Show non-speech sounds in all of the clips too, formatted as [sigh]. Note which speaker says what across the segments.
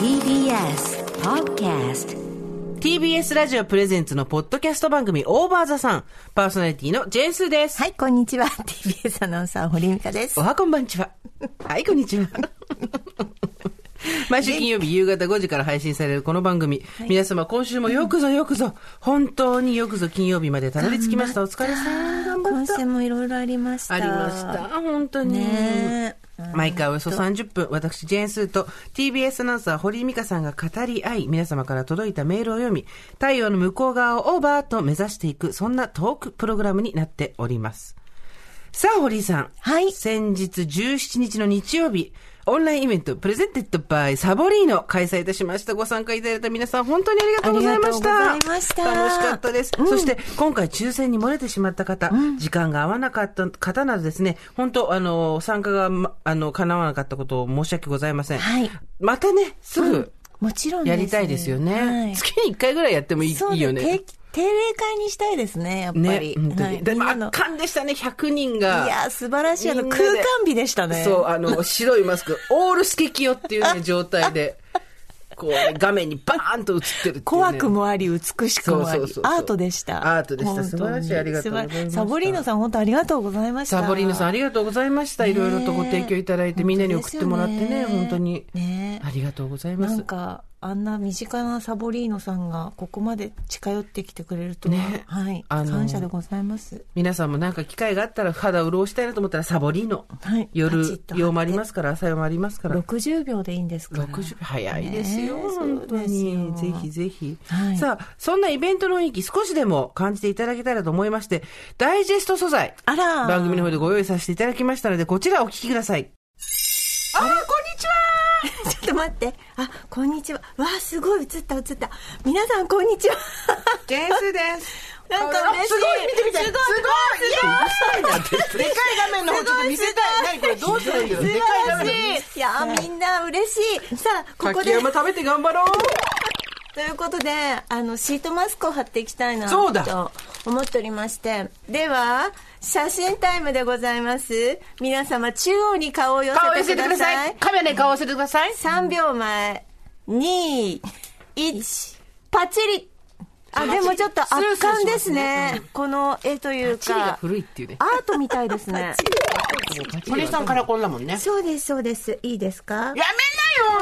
Speaker 1: TBS Podcast
Speaker 2: TBS ラジオプレゼンツのポッドキャスト番組オーバーザさん。パーソナリティのジェンスーです。
Speaker 3: はい、こんにち
Speaker 2: [laughs]
Speaker 3: は。TBS アナウンサー、堀美香です
Speaker 2: お。はこんばんちは。はい、こんにちは。 [laughs] 毎週金曜日夕方5時から配信されるこの番組。皆様今週もよくぞよくぞ、本当によくぞ金曜日までたどり着きました。お疲れさん。頑張
Speaker 3: 今
Speaker 2: った
Speaker 3: 週。もいろいろありました。
Speaker 2: ありました。。本当に。
Speaker 3: ねえ。
Speaker 2: 毎回およそ30分、私、ジェーンスーと TBS アナウンサー、堀井美香さんが語り合い、皆様から届いたメールを読み、太陽の向こう側をオーバーと目指していく、そんなトークプログラムになっております。さあ、堀井さん。
Speaker 3: はい
Speaker 2: 先日17日の日曜日、オンラインイベント、プレゼンテッドバイサボリーノ開催いたしました。ご参加いただいた皆さん、本当にありがとうございました。
Speaker 3: ありがとうございました
Speaker 2: 楽しかったです。そして、今回抽選に漏れてしまった方、時間が合わなかった方などですね、本当、あの、参加が、まあの、叶わなかったことを申し訳ございません。
Speaker 3: はい
Speaker 2: またね、すぐ
Speaker 3: もちろん
Speaker 2: やりたいですよね。
Speaker 3: はい
Speaker 2: 月に1回ぐらいやってもいい
Speaker 3: そう
Speaker 2: いいよね。
Speaker 3: 定期定例会にしたいですね、やっぱ
Speaker 2: ね
Speaker 3: り。、
Speaker 2: 本当
Speaker 3: は
Speaker 2: に。
Speaker 3: い
Speaker 2: で
Speaker 3: みん
Speaker 2: も
Speaker 3: なの
Speaker 2: 圧巻でしたね、100人が。
Speaker 3: いや、素晴らしい。あの、
Speaker 2: みんな
Speaker 3: 空
Speaker 2: で
Speaker 3: 間美でしたね。
Speaker 2: そう、あの、白いマスク、オールスケキヨっていう
Speaker 3: [laughs]
Speaker 2: ね、状態で、こう、ね、画面にバーンと映ってるっていうね、
Speaker 3: 怖くもあり、美しくもあり
Speaker 2: そうそうそうそう
Speaker 3: アートでした。
Speaker 2: アートでした
Speaker 3: 本当
Speaker 2: 素晴らしい
Speaker 3: に
Speaker 2: ありがとうございま
Speaker 3: 素
Speaker 2: した
Speaker 3: 晴らサボリーノさん、本当ありがとうございました。
Speaker 2: サボリーノさんあ
Speaker 3: り
Speaker 2: りがとうございました。いろいろとご提供いただいて、みんなに送ってもらってね、本当に。
Speaker 3: ねえ
Speaker 2: ありがとうございま
Speaker 3: な
Speaker 2: す。
Speaker 3: んかあんな身近なサボリーノさんがここまで近寄ってきてくれるとは、
Speaker 2: ね
Speaker 3: はい、
Speaker 2: あの
Speaker 3: 感謝でございます。
Speaker 2: 皆さんもなんか機会があったら肌潤したいなと思ったらサボリーノ。
Speaker 3: はいパチッ
Speaker 2: 夜
Speaker 3: と貼って
Speaker 2: 用もありますから、朝用もありますから。
Speaker 3: 60秒でいいんですから。
Speaker 2: 60早いですよ、
Speaker 3: ねえ
Speaker 2: 本当に
Speaker 3: そ
Speaker 2: ぜ
Speaker 3: うですよ
Speaker 2: ひぜひ、
Speaker 3: はい
Speaker 2: さあそんなイベントの雰囲気少しでも感じていただけたらと思いましてダイジェスト素材
Speaker 3: あら
Speaker 2: 番組の方でご用意させていただきましたのでこちらお聞きくださいあーこんにちは
Speaker 3: ちょっと待って。あ、こんにちは。わあ、すごい映った映った。皆さんこんにちは。
Speaker 2: ジェンスです
Speaker 3: なんか嬉しい
Speaker 2: あすごい見て見て
Speaker 3: すごい
Speaker 2: すごいでかい画面の方ちょっと見せたい何これどうするんだよでかい画面
Speaker 3: いやーみんな嬉しい。さあ、ここ
Speaker 2: 柿
Speaker 3: で、
Speaker 2: 山食べて頑張ろう
Speaker 3: ということで、あの、シートマスクを貼っていきたいな、
Speaker 2: そうだ
Speaker 3: と思っておりまして。では、写真タイムでございます。皆様、中央に顔を寄
Speaker 2: 顔寄
Speaker 3: せ
Speaker 2: せ
Speaker 3: て
Speaker 2: て
Speaker 3: く
Speaker 2: く
Speaker 3: だ
Speaker 2: だ
Speaker 3: さ
Speaker 2: さ
Speaker 3: い
Speaker 2: い。カメラに顔寄せてください
Speaker 3: 3秒前、2、1、パチリあ、でもちょっと圧巻ですね。この絵という
Speaker 2: 地理が
Speaker 3: か、
Speaker 2: 古いっていうね
Speaker 3: アートみたいです
Speaker 2: [laughs]
Speaker 3: ね。
Speaker 2: 堀さんからこんだもんね
Speaker 3: そうです、そうです。いいですか
Speaker 2: やめな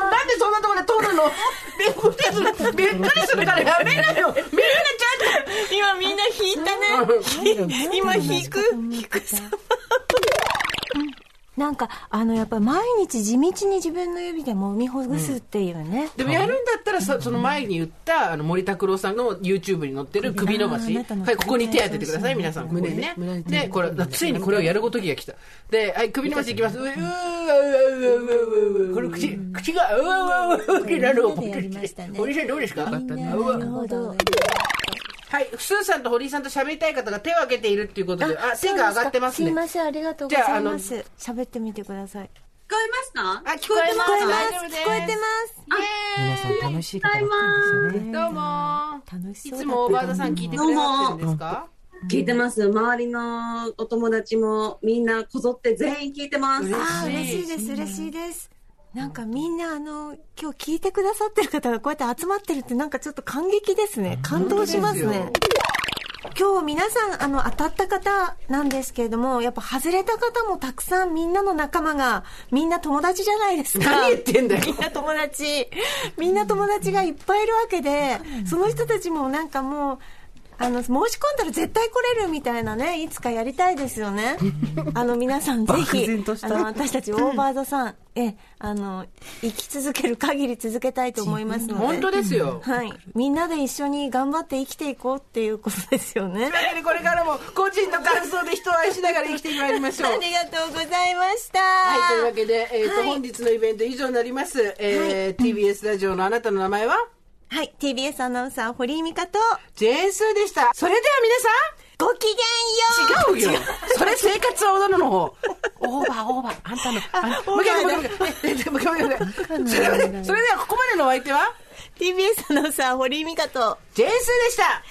Speaker 2: よなんでそんなところで撮るのびっくりするびっくりするからやめなよみんなちゃんと
Speaker 3: 今みんな引いたね。ひ [laughs] 今引く、引くさ。なんか、あの、やっぱ毎日地道に自分の指で揉みほぐすっていうね。
Speaker 2: でもやるんだったらそその前に言ったあの森拓郎さんの YouTube に載ってる首伸ばし
Speaker 3: あなたの
Speaker 2: はいここに手当ててくだ
Speaker 3: そう
Speaker 2: さい
Speaker 3: そう
Speaker 2: 皆さん胸にね
Speaker 4: 胸に
Speaker 2: でこれついにこれをやるごときが来たではい首伸ばしいきますうわうわうわうわうわこれ口口がうわうわうわうわになるのを
Speaker 3: みんなでやりましたね
Speaker 2: 堀井さんどうですか
Speaker 4: みんなでや
Speaker 2: うわ
Speaker 3: ほど。
Speaker 2: はいスーさんと堀井さんと喋りたい方が手を挙げているっていうことであ手が上がってます
Speaker 3: すい
Speaker 2: ね
Speaker 3: ません、ありがとうございます。喋ってみてください。
Speaker 5: 聞こえますか
Speaker 2: あ、聞こえ
Speaker 3: 聞
Speaker 2: ま
Speaker 3: こ
Speaker 2: す。
Speaker 3: え
Speaker 2: 大丈
Speaker 3: ます。
Speaker 2: 夫です
Speaker 3: 聞こえてます。
Speaker 4: 皆さん楽しい方が来たんですよね。
Speaker 2: どうも。
Speaker 3: 楽し
Speaker 2: い
Speaker 3: そうだったな
Speaker 2: つもオーバーザさん聞いてくれてるんですか。
Speaker 5: 聞いてます。周りのお友達もみんなこぞって全員聞いてます。
Speaker 3: あー、嬉しいです、嬉しいです。なんかみんなあの、今日聞いてくださってる方がこうやって集まってるってなんかちょっと感激ですね。感動しますね。今日皆さん、あの、当たった方なんですけれども、やっぱ外れた方もたくさんみんなの仲間が、みんな友達じゃない [laughs] ですか。
Speaker 2: 何言ってんだよ
Speaker 3: みんな友達。みんな友達がいっぱいいるわけで、その人たちもなんかもう、あの、申し込んだら絶対来れるみたいなね、いつかやりたいですよね。あの、皆さんぜ
Speaker 2: 漠
Speaker 3: ひ
Speaker 2: 然とし、た
Speaker 3: あの、私たちオーバーザさん、え、あの、生き続ける限り続けたいと思いますので。
Speaker 2: 本当ですよ。
Speaker 3: はい。みんなで一緒に頑張って生きていこうっていうことですよね。
Speaker 2: だけどこれからも個人の感想で人を愛しながら生きてまいりましょう
Speaker 3: [laughs] あ。りがとうございました。
Speaker 2: はい、というわけで、えっ、と、
Speaker 3: はい
Speaker 2: 本日のイベント以上になります。えー TBS ラジオのあなたの名前は、
Speaker 3: はい。TBS アナウンサー、堀井美香と、
Speaker 2: ジェーンスーでした。それでは
Speaker 3: ごきげんよう
Speaker 2: 皆さん、違うよ。それ生活は踊るの方。オーバーオーバー。あんたの、あんた、もう一回、もう一回、もう一回もう一回、もう一回もう一回。それでは、それではここまでのお相手は、
Speaker 3: TBS アナウンサー、堀井美香と、オーバ
Speaker 2: ジェーンスーでした。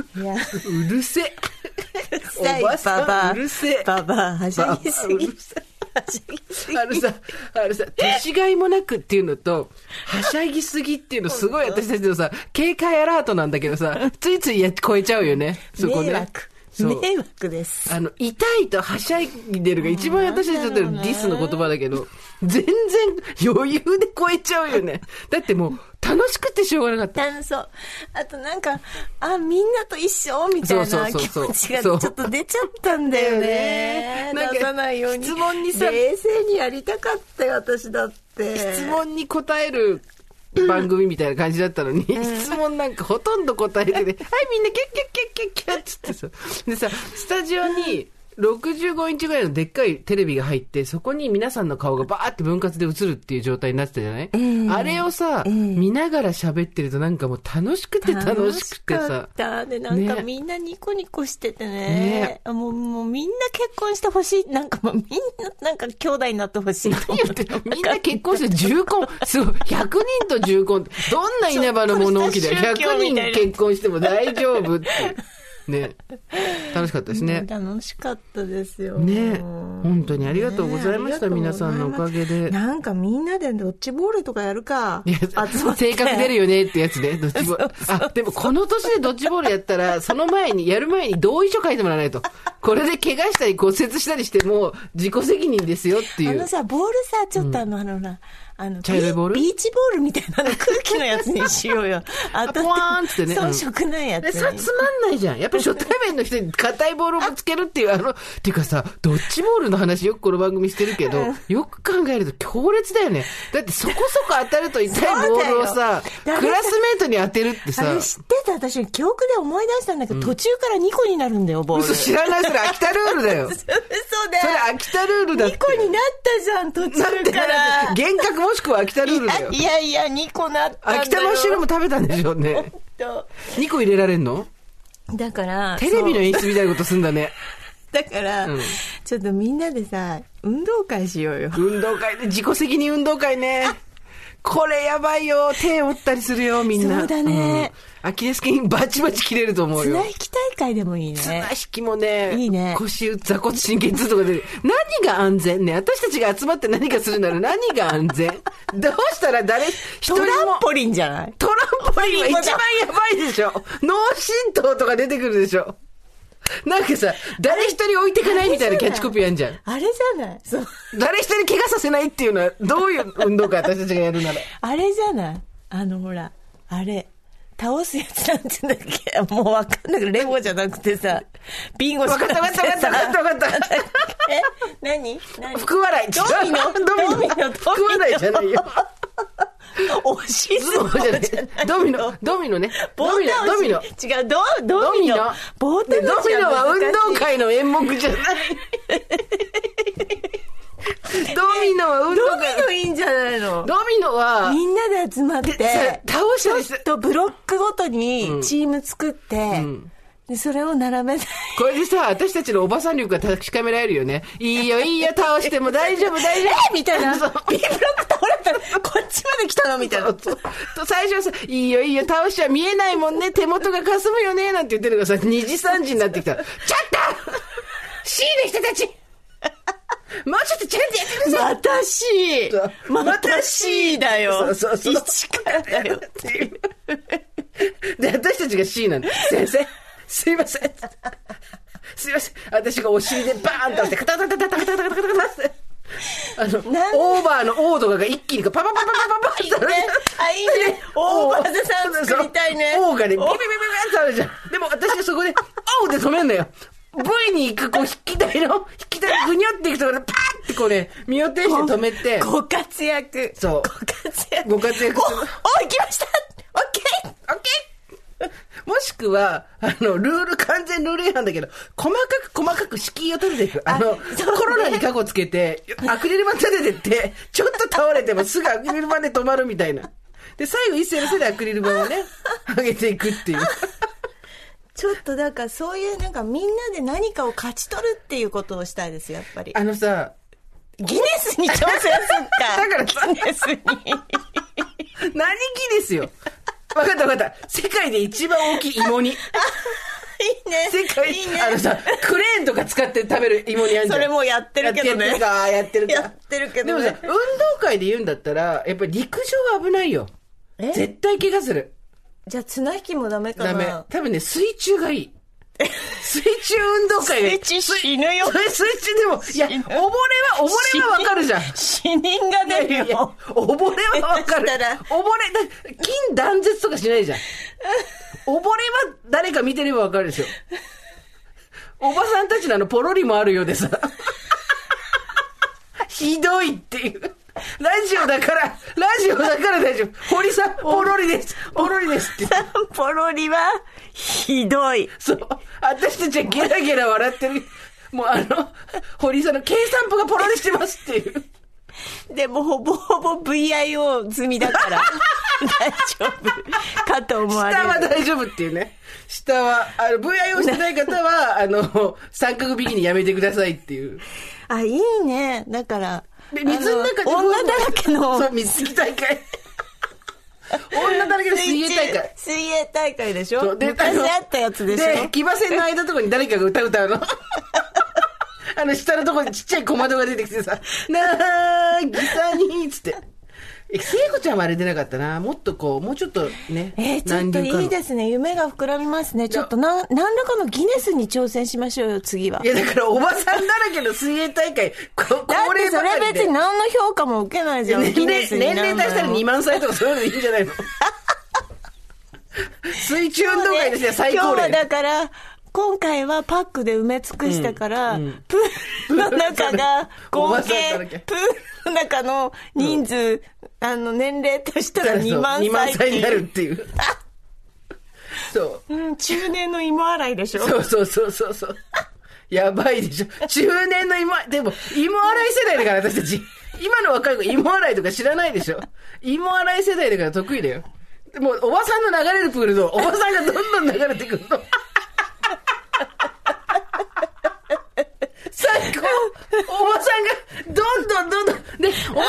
Speaker 3: ー
Speaker 2: [laughs]
Speaker 3: い [laughs] や、
Speaker 2: うるせえ。
Speaker 3: さい
Speaker 2: おばさ
Speaker 3: ババ
Speaker 2: ん
Speaker 3: ア
Speaker 2: うるせえ。
Speaker 3: ババアはしゃぎすぎ
Speaker 2: ババアうるせえあのさ、あのさ、年がいもなくっていうのと、はしゃぎすぎっていうの、すごい私たちのさ、警戒アラートなんだけどさ、ついついや超えちゃうよね、そこね。
Speaker 3: 迷惑。
Speaker 2: そう
Speaker 3: 迷惑です。
Speaker 2: あの、痛いとはしゃいでるが一番私たちにとってのディスの言葉だけど、全然余裕で超えちゃうよね。だってもう、楽しくてしょうがなかった。
Speaker 3: あそう。あとなんか、あ、みんなと一緒みたい
Speaker 2: そう
Speaker 3: な
Speaker 2: そう
Speaker 3: 気
Speaker 2: そうそう
Speaker 3: 持ちがち
Speaker 2: そ
Speaker 3: ょ
Speaker 2: う
Speaker 3: っと出ちゃったんだよね。
Speaker 2: だよねなんか
Speaker 3: 出さないように。
Speaker 2: 質問にさ
Speaker 3: 冷静にやりたかったよ、私だって。
Speaker 2: 質問に答える番組みたいな感じだったのに、質問なんかほとんど答えてて、はい、みんなキャッキャッキャッキャッキャッつってさ。でさ、スタジオに、65インチぐらいのでっかいテレビが入って、そこに皆さんの顔がバーって分割で映るっていう状態になってたじゃない、あれをさ、見ながら喋ってるとなんかもう楽しくて楽しくて
Speaker 3: 楽
Speaker 2: さ
Speaker 3: しかっ。たでなん
Speaker 2: ね
Speaker 3: かみんなニコニコしてて
Speaker 2: ね
Speaker 3: ねもうもうみんな結婚してほしいなんかもうみんななんか兄弟になってほしいと思
Speaker 2: だってみんな結婚して重婚、すごい、100人と重婚って、どんな稲葉の物置だよ。
Speaker 3: ちょっとした宗教みたい
Speaker 2: 100人
Speaker 3: な
Speaker 2: 結婚しても大丈夫っていう。ね。楽しかったですね。
Speaker 3: 楽しかったですよ
Speaker 2: ね本当にありがとうございました
Speaker 3: ね
Speaker 2: 皆さんのおかげで
Speaker 3: なんかみんなでドッジボールとかやるか
Speaker 2: いや
Speaker 3: 集まって
Speaker 2: 性格出るよねってやつね、ドッジボール。あ、でもこの年でドッジボールやったら、その前に、やる前に同意書書いてもらわないと。これで怪我したり骨折したりしても、自己責任ですよってい
Speaker 3: あ
Speaker 2: う
Speaker 3: の。さボールさちょっとあの、あのなあの
Speaker 2: 茶色い
Speaker 3: ビ
Speaker 2: ボール
Speaker 3: ビーチボールみたいなの空気のやつにしよ
Speaker 2: [laughs]
Speaker 3: うよあ
Speaker 2: ポワーンっつってね
Speaker 3: 遜色ないやつ
Speaker 2: で
Speaker 3: に
Speaker 2: さ、つまんないじゃん。やっぱり初対面の人に硬いボールをぶつけるっていう、あの、っていうかさ、ドッジボールの話よくこの番組してるけど、よく考えると強烈だよね。だってそこそこ当たると痛いボールをさ、
Speaker 3: そうだよ
Speaker 2: クラスメートに当てるって
Speaker 3: あ
Speaker 2: さ
Speaker 3: れ、知ってた私記憶で思い出したんだけど、途中から2個になるんだよボール
Speaker 2: 嘘知らない、それ秋田ルールだ
Speaker 3: [laughs]
Speaker 2: よ。
Speaker 3: 嘘だ
Speaker 2: それ秋田ルールだって。
Speaker 3: 2個になったじゃん途中から
Speaker 2: 幻覚もしくは秋田ルールだよ。
Speaker 3: いやいやいや2個なったんだよ
Speaker 2: 秋田マッシュルーム食べたんでしょうね。
Speaker 3: と
Speaker 2: 2個入れられんの
Speaker 3: だから
Speaker 2: テレビの
Speaker 3: そう
Speaker 2: 演出みたいなことすんだね。
Speaker 3: だから、
Speaker 2: うん
Speaker 3: ちょっとみんなでさ運動会しようよ
Speaker 2: 運動会ね、自己責任運動会ね。これやばいよ。手折ったりするよ、みんな。
Speaker 3: そうだね
Speaker 2: うん。アキレス腱バチバチ切れると思うよ
Speaker 3: 綱。引き大会でもいいね
Speaker 2: 綱引きもね、
Speaker 3: いいね
Speaker 2: 腰、座骨神経痛とかで、何が安全ね。私たちが集まって何かするなら何が安全どうしたら誰、一人
Speaker 3: ト
Speaker 2: も
Speaker 3: ランポリンじゃない
Speaker 2: トランポリンは一番やばいでしょ。脳震盪とか出てくるでしょ。なんかさ、誰一人置いてかないみたいなキャッチコピーやんじゃん。
Speaker 3: あれじゃないそう
Speaker 2: 誰一人怪我させないっていうのは、どういう運動会私たちがやるなら。
Speaker 3: あれじゃないあのほら、あれ。倒すやつなんて言うんだっけもうわかんないけど、レゴじゃなくてさ、ビンゴじゃなくてさ。
Speaker 2: [laughs] わかったわかったわかったわかったわかった
Speaker 3: え何何
Speaker 2: 福笑い。
Speaker 3: ドミノ
Speaker 2: ドミノ。
Speaker 3: ドミノ
Speaker 2: 福笑いじゃないよ。
Speaker 3: 押し
Speaker 2: ズ
Speaker 3: 相
Speaker 2: ボンじゃ
Speaker 3: 撲
Speaker 2: ない
Speaker 3: じゃない。
Speaker 2: ドミノ、ドミノね。
Speaker 3: 棒
Speaker 2: ドミノ、
Speaker 3: 倒
Speaker 2: ド
Speaker 3: し
Speaker 2: ミノ。
Speaker 3: 違う、ド、ドミノ。棒
Speaker 2: ドミ
Speaker 3: 倒しは難しい
Speaker 2: ノは運動会の演目じゃない。ドミノは運動
Speaker 3: ドミノ
Speaker 2: 会。
Speaker 3: いいんじゃないの
Speaker 2: ドミノは、
Speaker 3: みんなで集まっ
Speaker 2: で
Speaker 3: て、
Speaker 2: さ倒したりす
Speaker 3: ちょっとブロックごとにチーム作って、でそれを並べて、
Speaker 2: これでさ、私たちのおばさん力が確かめられるよね。いいよ、いいよ、倒しても大丈夫、大丈夫。
Speaker 3: みたいな、B ブ
Speaker 2: そ
Speaker 3: ロ
Speaker 2: う
Speaker 3: ック倒れたら、こっちまで来たのみたいな。
Speaker 2: そうと最初はさ、いいよいいよ、倒しちゃ見えないもんね、手元がかすむよね、なんて言ってるのがさ、2時3時になってきたら、 [laughs] ちょっと !C の人た [laughs] ちもうちょっとちゃんとやってください
Speaker 3: またし
Speaker 2: そう
Speaker 3: またしだよ。
Speaker 2: そうそうそう
Speaker 3: 一からだよ。
Speaker 2: っていう。で、私たちが C なんで、先生、すいません。すいません。私がお尻でバーンと当てて、カタカタカタカタカタカタカタカタって。あの、
Speaker 3: なん
Speaker 2: オーバーの O とかが一気にこうパパパパパパパって
Speaker 3: ねあ、いいね。オーバーザさん作りたいね。
Speaker 2: オーがね、ビビビビビ
Speaker 3: お
Speaker 2: ってあるじゃん。でも私がそこで、オーで止めんのよ。V に行く、こう、引き台の、引き台ぐにょっていくところで、パーってこうね、身を挺して止めて、
Speaker 3: ご活躍。
Speaker 2: そう
Speaker 3: ご活躍。
Speaker 2: ご活躍
Speaker 3: お、お
Speaker 2: する、
Speaker 3: 行きましたオッケー
Speaker 2: オッケーもしくは、あの、ルール、完全ルール違反だけど、細かく細かく敷居を取れていく。あの、
Speaker 3: そうね
Speaker 2: コロナに過去つけて、アクリル板立ててって、ちょっと倒れてもすぐアクリル板で止まるみたいな。で、最後一斉のせいでアクリル板を
Speaker 3: [laughs]
Speaker 2: ね、上げていくっていう。
Speaker 3: ちょっとなんかそういうなんかみんなで何かを勝ち取るっていうことをしたいですよやっぱり
Speaker 2: あのさ、
Speaker 3: ギネスに挑戦すっ
Speaker 2: [laughs] だから
Speaker 3: か
Speaker 2: さ
Speaker 3: ギネスに [laughs]
Speaker 2: 何気ですよ。わかったわかった。世界で一番大きい芋煮。
Speaker 3: いね。
Speaker 2: 世界、
Speaker 3: いいね
Speaker 2: あのさ、クレーンとか使って食べる芋煮あんじゃん。
Speaker 3: それもうやってるけどね
Speaker 2: やってるか、やってるか。
Speaker 3: やってるけどね
Speaker 2: でもさ、運動会で言うんだったら、やっぱり陸上は危ないよ。
Speaker 3: え
Speaker 2: 絶対怪我する。
Speaker 3: じゃあ綱引きもダメかな
Speaker 2: ダメ。多分ね、水中がいい。水中運動会がいい。
Speaker 3: 水中死ぬよ
Speaker 2: それ水中でも、いや、溺れは、溺れはわかるじゃん。
Speaker 3: 死人が
Speaker 2: いやい
Speaker 3: 出
Speaker 2: や
Speaker 3: る
Speaker 2: いや
Speaker 3: よ。
Speaker 2: 溺れはわか
Speaker 3: 下手した
Speaker 2: る。溺れ、だ
Speaker 3: ら
Speaker 2: 金断絶とかしないじゃん。溺れは誰か見てればわかるでしょ。おばさんたちのあのポロリもあるよう
Speaker 3: [laughs]
Speaker 2: でさ。ひどいっていう。ラジオだから、ラジオだから大丈夫。堀さん、ポロリです。ポロリですって。
Speaker 3: ポロリは、ひどい。
Speaker 2: そう。私たちはゲラゲラ笑ってる。もうあの、堀さんの計算部がポロリしてますっていう。
Speaker 3: でもほぼほぼ VIO 済みだ
Speaker 2: [laughs]
Speaker 3: から、大丈夫かと思われ
Speaker 2: 下は
Speaker 3: る。
Speaker 2: 大丈夫っていうね。下は、あの、VIO してない方は、あの、三角ビキニやめてくださいっていう。
Speaker 3: あ、いいね。だから、
Speaker 2: で水の中で
Speaker 3: あの女だらけの
Speaker 2: そう、水着大会。女だらけの水泳大会。
Speaker 3: 水泳大会でし
Speaker 2: そ
Speaker 3: ょ
Speaker 2: うで
Speaker 3: 昔
Speaker 2: の
Speaker 3: あったやつでしょ
Speaker 2: で、騎馬戦の間とかに誰かが歌歌うの。 [laughs] あの、下のとこにちっちゃい小窓が出てきてさ、なー、ギターにーっつって。え、聖子ちゃんはあれ出なかったな。もっとこう、もうちょっとね。
Speaker 3: えー、ちょっと
Speaker 2: 何流かの
Speaker 3: いいですね。夢が膨らみますね。ちょっとな、何らかのギネスに挑戦しましょうよ、次は。
Speaker 2: いや、だから、おばさんだらけの水泳大会、こ
Speaker 3: だ
Speaker 2: 高
Speaker 3: って
Speaker 2: 齢
Speaker 3: そ
Speaker 2: ばか
Speaker 3: れ
Speaker 2: り
Speaker 3: 別
Speaker 2: で
Speaker 3: に。何の評価も受けないじゃん。ギ
Speaker 2: 年
Speaker 3: ネ
Speaker 2: 齢、
Speaker 3: スに何
Speaker 2: 年
Speaker 3: 枚
Speaker 2: 齢
Speaker 3: も
Speaker 2: 足したら2万歳とかそういうのでいいんじゃないの [laughs] 水中運動会ですよ、最高
Speaker 3: 今日は
Speaker 2: 齢。
Speaker 3: だから、今回はパックで埋め尽くしたから、プールの
Speaker 2: [laughs]
Speaker 3: 中が
Speaker 2: お
Speaker 3: 合
Speaker 2: ばさんだらけ
Speaker 3: 計、プールの中の人数、あの、年齢としたら2万
Speaker 2: そう2万
Speaker 3: 歳って
Speaker 2: 歳
Speaker 3: い
Speaker 2: に
Speaker 3: う
Speaker 2: なるって
Speaker 3: [laughs]
Speaker 2: いう。そう。
Speaker 3: うん、中年の芋洗いでしょ
Speaker 2: そうそうそうそうそう。やばいでしょ。中年の芋、でも、芋洗い世代だから私たち。今の若い子、芋洗いとか知らないでしょ。芋洗い世代だから得意だよ。でも、おばさんの流れるプールの、おばさんがどんどん流れてくるの。最高おばさんが、どんどんどんどん、で、おばさんが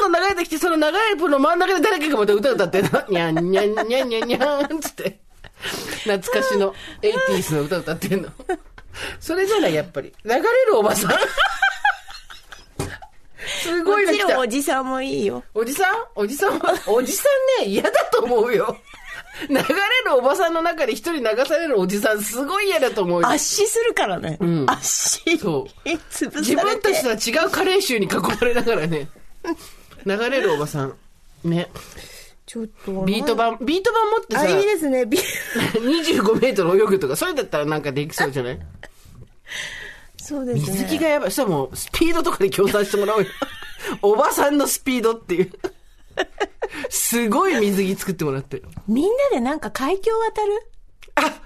Speaker 2: どんどん流れてきて、その流れるプールの真ん中で誰かがまた歌歌ってんの、にゃんにゃんにゃんにゃんにゃんつって、懐かしの、エイティースの歌歌ってんの。それじゃない、やっぱり。流れるおばさん。すごい
Speaker 3: も
Speaker 2: の
Speaker 3: ち
Speaker 2: 来
Speaker 3: ろん
Speaker 2: た
Speaker 3: お。じさんもいいよ。
Speaker 2: おじさんおじさんは、おじさんね、嫌だと思うよ。流れるおばさんの中で一人流されるおじさん、すごい嫌だと思うよ。
Speaker 3: 圧死するからね。
Speaker 2: ん
Speaker 3: 圧死。
Speaker 2: そう
Speaker 3: 潰されて
Speaker 2: 自分たちとは違うカレー臭に囲まれながらね、流れるおばさん。ね。
Speaker 3: ちょっと。
Speaker 2: ビート板、ビート板持ってさ
Speaker 3: あ、、いいですね。ビ
Speaker 2: [laughs] 25メートル泳ぐとか、それだったらなんかできそうじゃない
Speaker 3: そうですね。
Speaker 2: 水着がやばい。そしたらもう、スピードとかで協賛してもらおうよ。おばさんのスピードっていう。すごい水着作ってもらって。
Speaker 3: みんなでなんか海峡渡るあなんか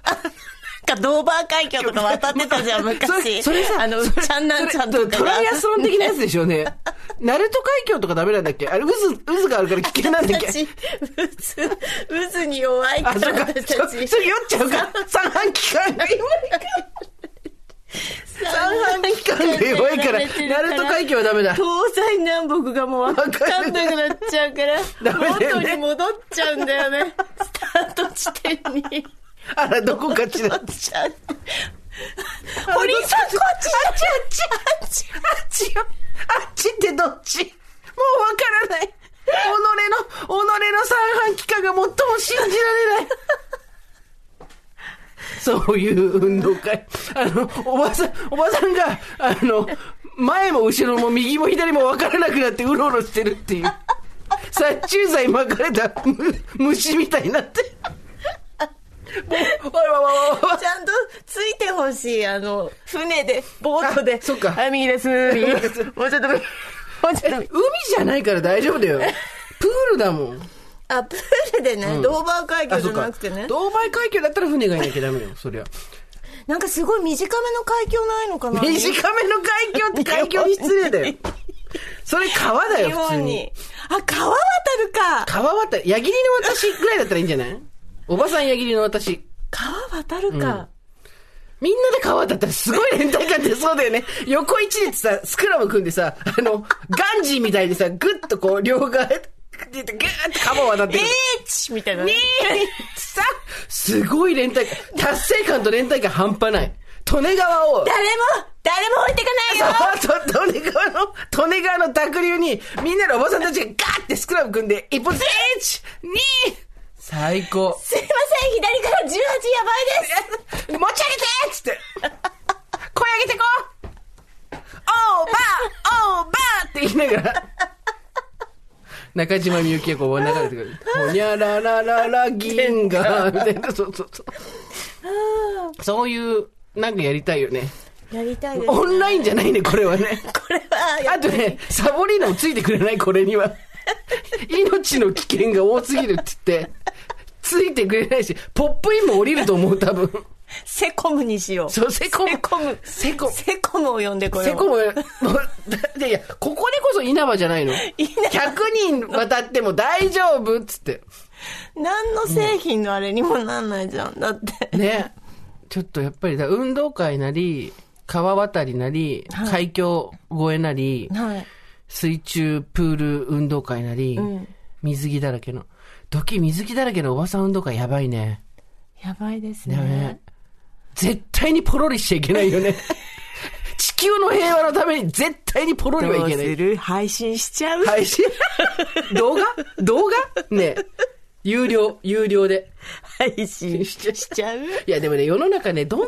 Speaker 3: ドーバー海峡とか渡ってたじゃん、昔。
Speaker 2: それ、それさ、
Speaker 3: あの、
Speaker 2: それ
Speaker 3: ちゃんなんちゃんと
Speaker 2: そ
Speaker 3: か
Speaker 2: れ
Speaker 3: が。
Speaker 2: トライアスロン的なやつでしょうね。鳴門海峡とかダメなんだっけあれ、渦、渦があるから危険なんだっけ
Speaker 3: 私、渦、渦に弱いか
Speaker 2: あ、そ
Speaker 3: ら
Speaker 2: っか、
Speaker 3: 私
Speaker 2: そ
Speaker 3: た
Speaker 2: うそれ酔
Speaker 3: ち
Speaker 2: っ。ちゃうか。三半期間が弱いから。三半期間が弱いから、鳴門海峡はダメだ。
Speaker 3: 東西南北がもう分かんなくなっちゃうから、
Speaker 2: ダメだよ
Speaker 3: 元
Speaker 2: ね
Speaker 3: に戻っちゃうんだよね。スタート地点に戻
Speaker 2: あら、どこかちだ
Speaker 3: っ。ちゃう。堀井さん、こっちあっちあっちあっち
Speaker 2: あっちよ。あっちってどっちもうわからない。己の、己の三半期間が最も信じられない。そういう運動会。あの、おばさん、おばさんが、あの、前も後ろも右も左もわからなくなってうろうろしてるっていう。殺虫剤巻かれたむ虫みたいになって。もうわわわわわわ
Speaker 3: ちゃんとついてほしい、あの、船で、ボートで。
Speaker 2: あそっか
Speaker 3: はい、右です、右です。もうちょっと、もうちょっと。
Speaker 2: 海じゃないから大丈夫
Speaker 3: [laughs]
Speaker 2: だよ。プールだもん。
Speaker 3: あ、プールでね、ドーバー海峡じゃなくてね。
Speaker 2: ドーバイ海峡だったら船がいなきゃダメよ、そりゃ。
Speaker 3: なんかすごい短めの海峡ないのか
Speaker 2: [laughs]
Speaker 3: な
Speaker 2: 短めの海峡って海峡に失礼だよ。それ川だよ、
Speaker 3: 日
Speaker 2: 普通
Speaker 3: 本
Speaker 2: に。
Speaker 3: に。あ、川渡るか
Speaker 2: 川渡り、矢切の私ぐらいだったらいいんじゃないおばさん矢切の私。
Speaker 3: 川渡るか、
Speaker 2: みんなで川渡ったらすごい連帯感出そうだよね。横一列さ、スクラム組んでさ、あの、ガンジーみたいにさ、ぐっとこう、両側へって言って、ギューってカモを渡ってくる。
Speaker 3: ーチみたいな。
Speaker 2: さすごい連帯感。達成感と連帯感半端ない。利根川を、
Speaker 3: 誰も、誰も置いてかないよ
Speaker 2: そう利根川の、利根川の濁流に、みんなのおばさんたちがガーってスクラム組んで、一歩ずつ、1、2、最高。
Speaker 3: すいません、左から18やばいです
Speaker 2: 持ち上げてっつって、声上げてこうオーバーオーバーって言いながら、中島みゆきがこう流れてくる。ほにゃらららら銀河みたいな、 [laughs] そうそうそう。そういう、なんかやりたいよね。
Speaker 3: やりたいです。
Speaker 2: オンラインじゃないね、これはね。
Speaker 3: これは、や
Speaker 2: あ
Speaker 3: っ
Speaker 2: とね、サボリーナもついてくれない、これには。命の危険が多すぎるって言って、ついてくれないし、ポップインも降りると思う、多分。
Speaker 3: セコムにしよう。
Speaker 2: [laughs] そう、セコム。
Speaker 3: セコム。
Speaker 2: セコム。
Speaker 3: セコムを呼んでこよう。
Speaker 2: セコム、もう、だいや、ここでこそ稲葉じゃないの
Speaker 3: 稲
Speaker 2: ?100 人渡っても大丈夫っつって。
Speaker 3: 何の製品のあれにもなんないじゃん。だって。
Speaker 2: ね。ちょっとやっぱりだ、運動会なり、川渡りなり、
Speaker 3: はい
Speaker 2: 海峡越えなり、
Speaker 3: はい。
Speaker 2: 水中プール運動会なり、
Speaker 3: ん
Speaker 2: 水着だらけの。時水着だらけのおばさん運動会やばいね。
Speaker 3: やばいです
Speaker 2: だよ
Speaker 3: ね
Speaker 2: ね。。絶対にポロリしちゃいけな
Speaker 3: [laughs]
Speaker 2: いよね。地球の平和のために絶対にポロリ
Speaker 3: ど
Speaker 2: はいうけない。
Speaker 3: する配信しちゃう
Speaker 2: 配信動画動画ねえ有料、有料で。
Speaker 3: 配信しち
Speaker 2: [laughs]
Speaker 3: ゃう
Speaker 2: いや、でもね、世の中ね、どんな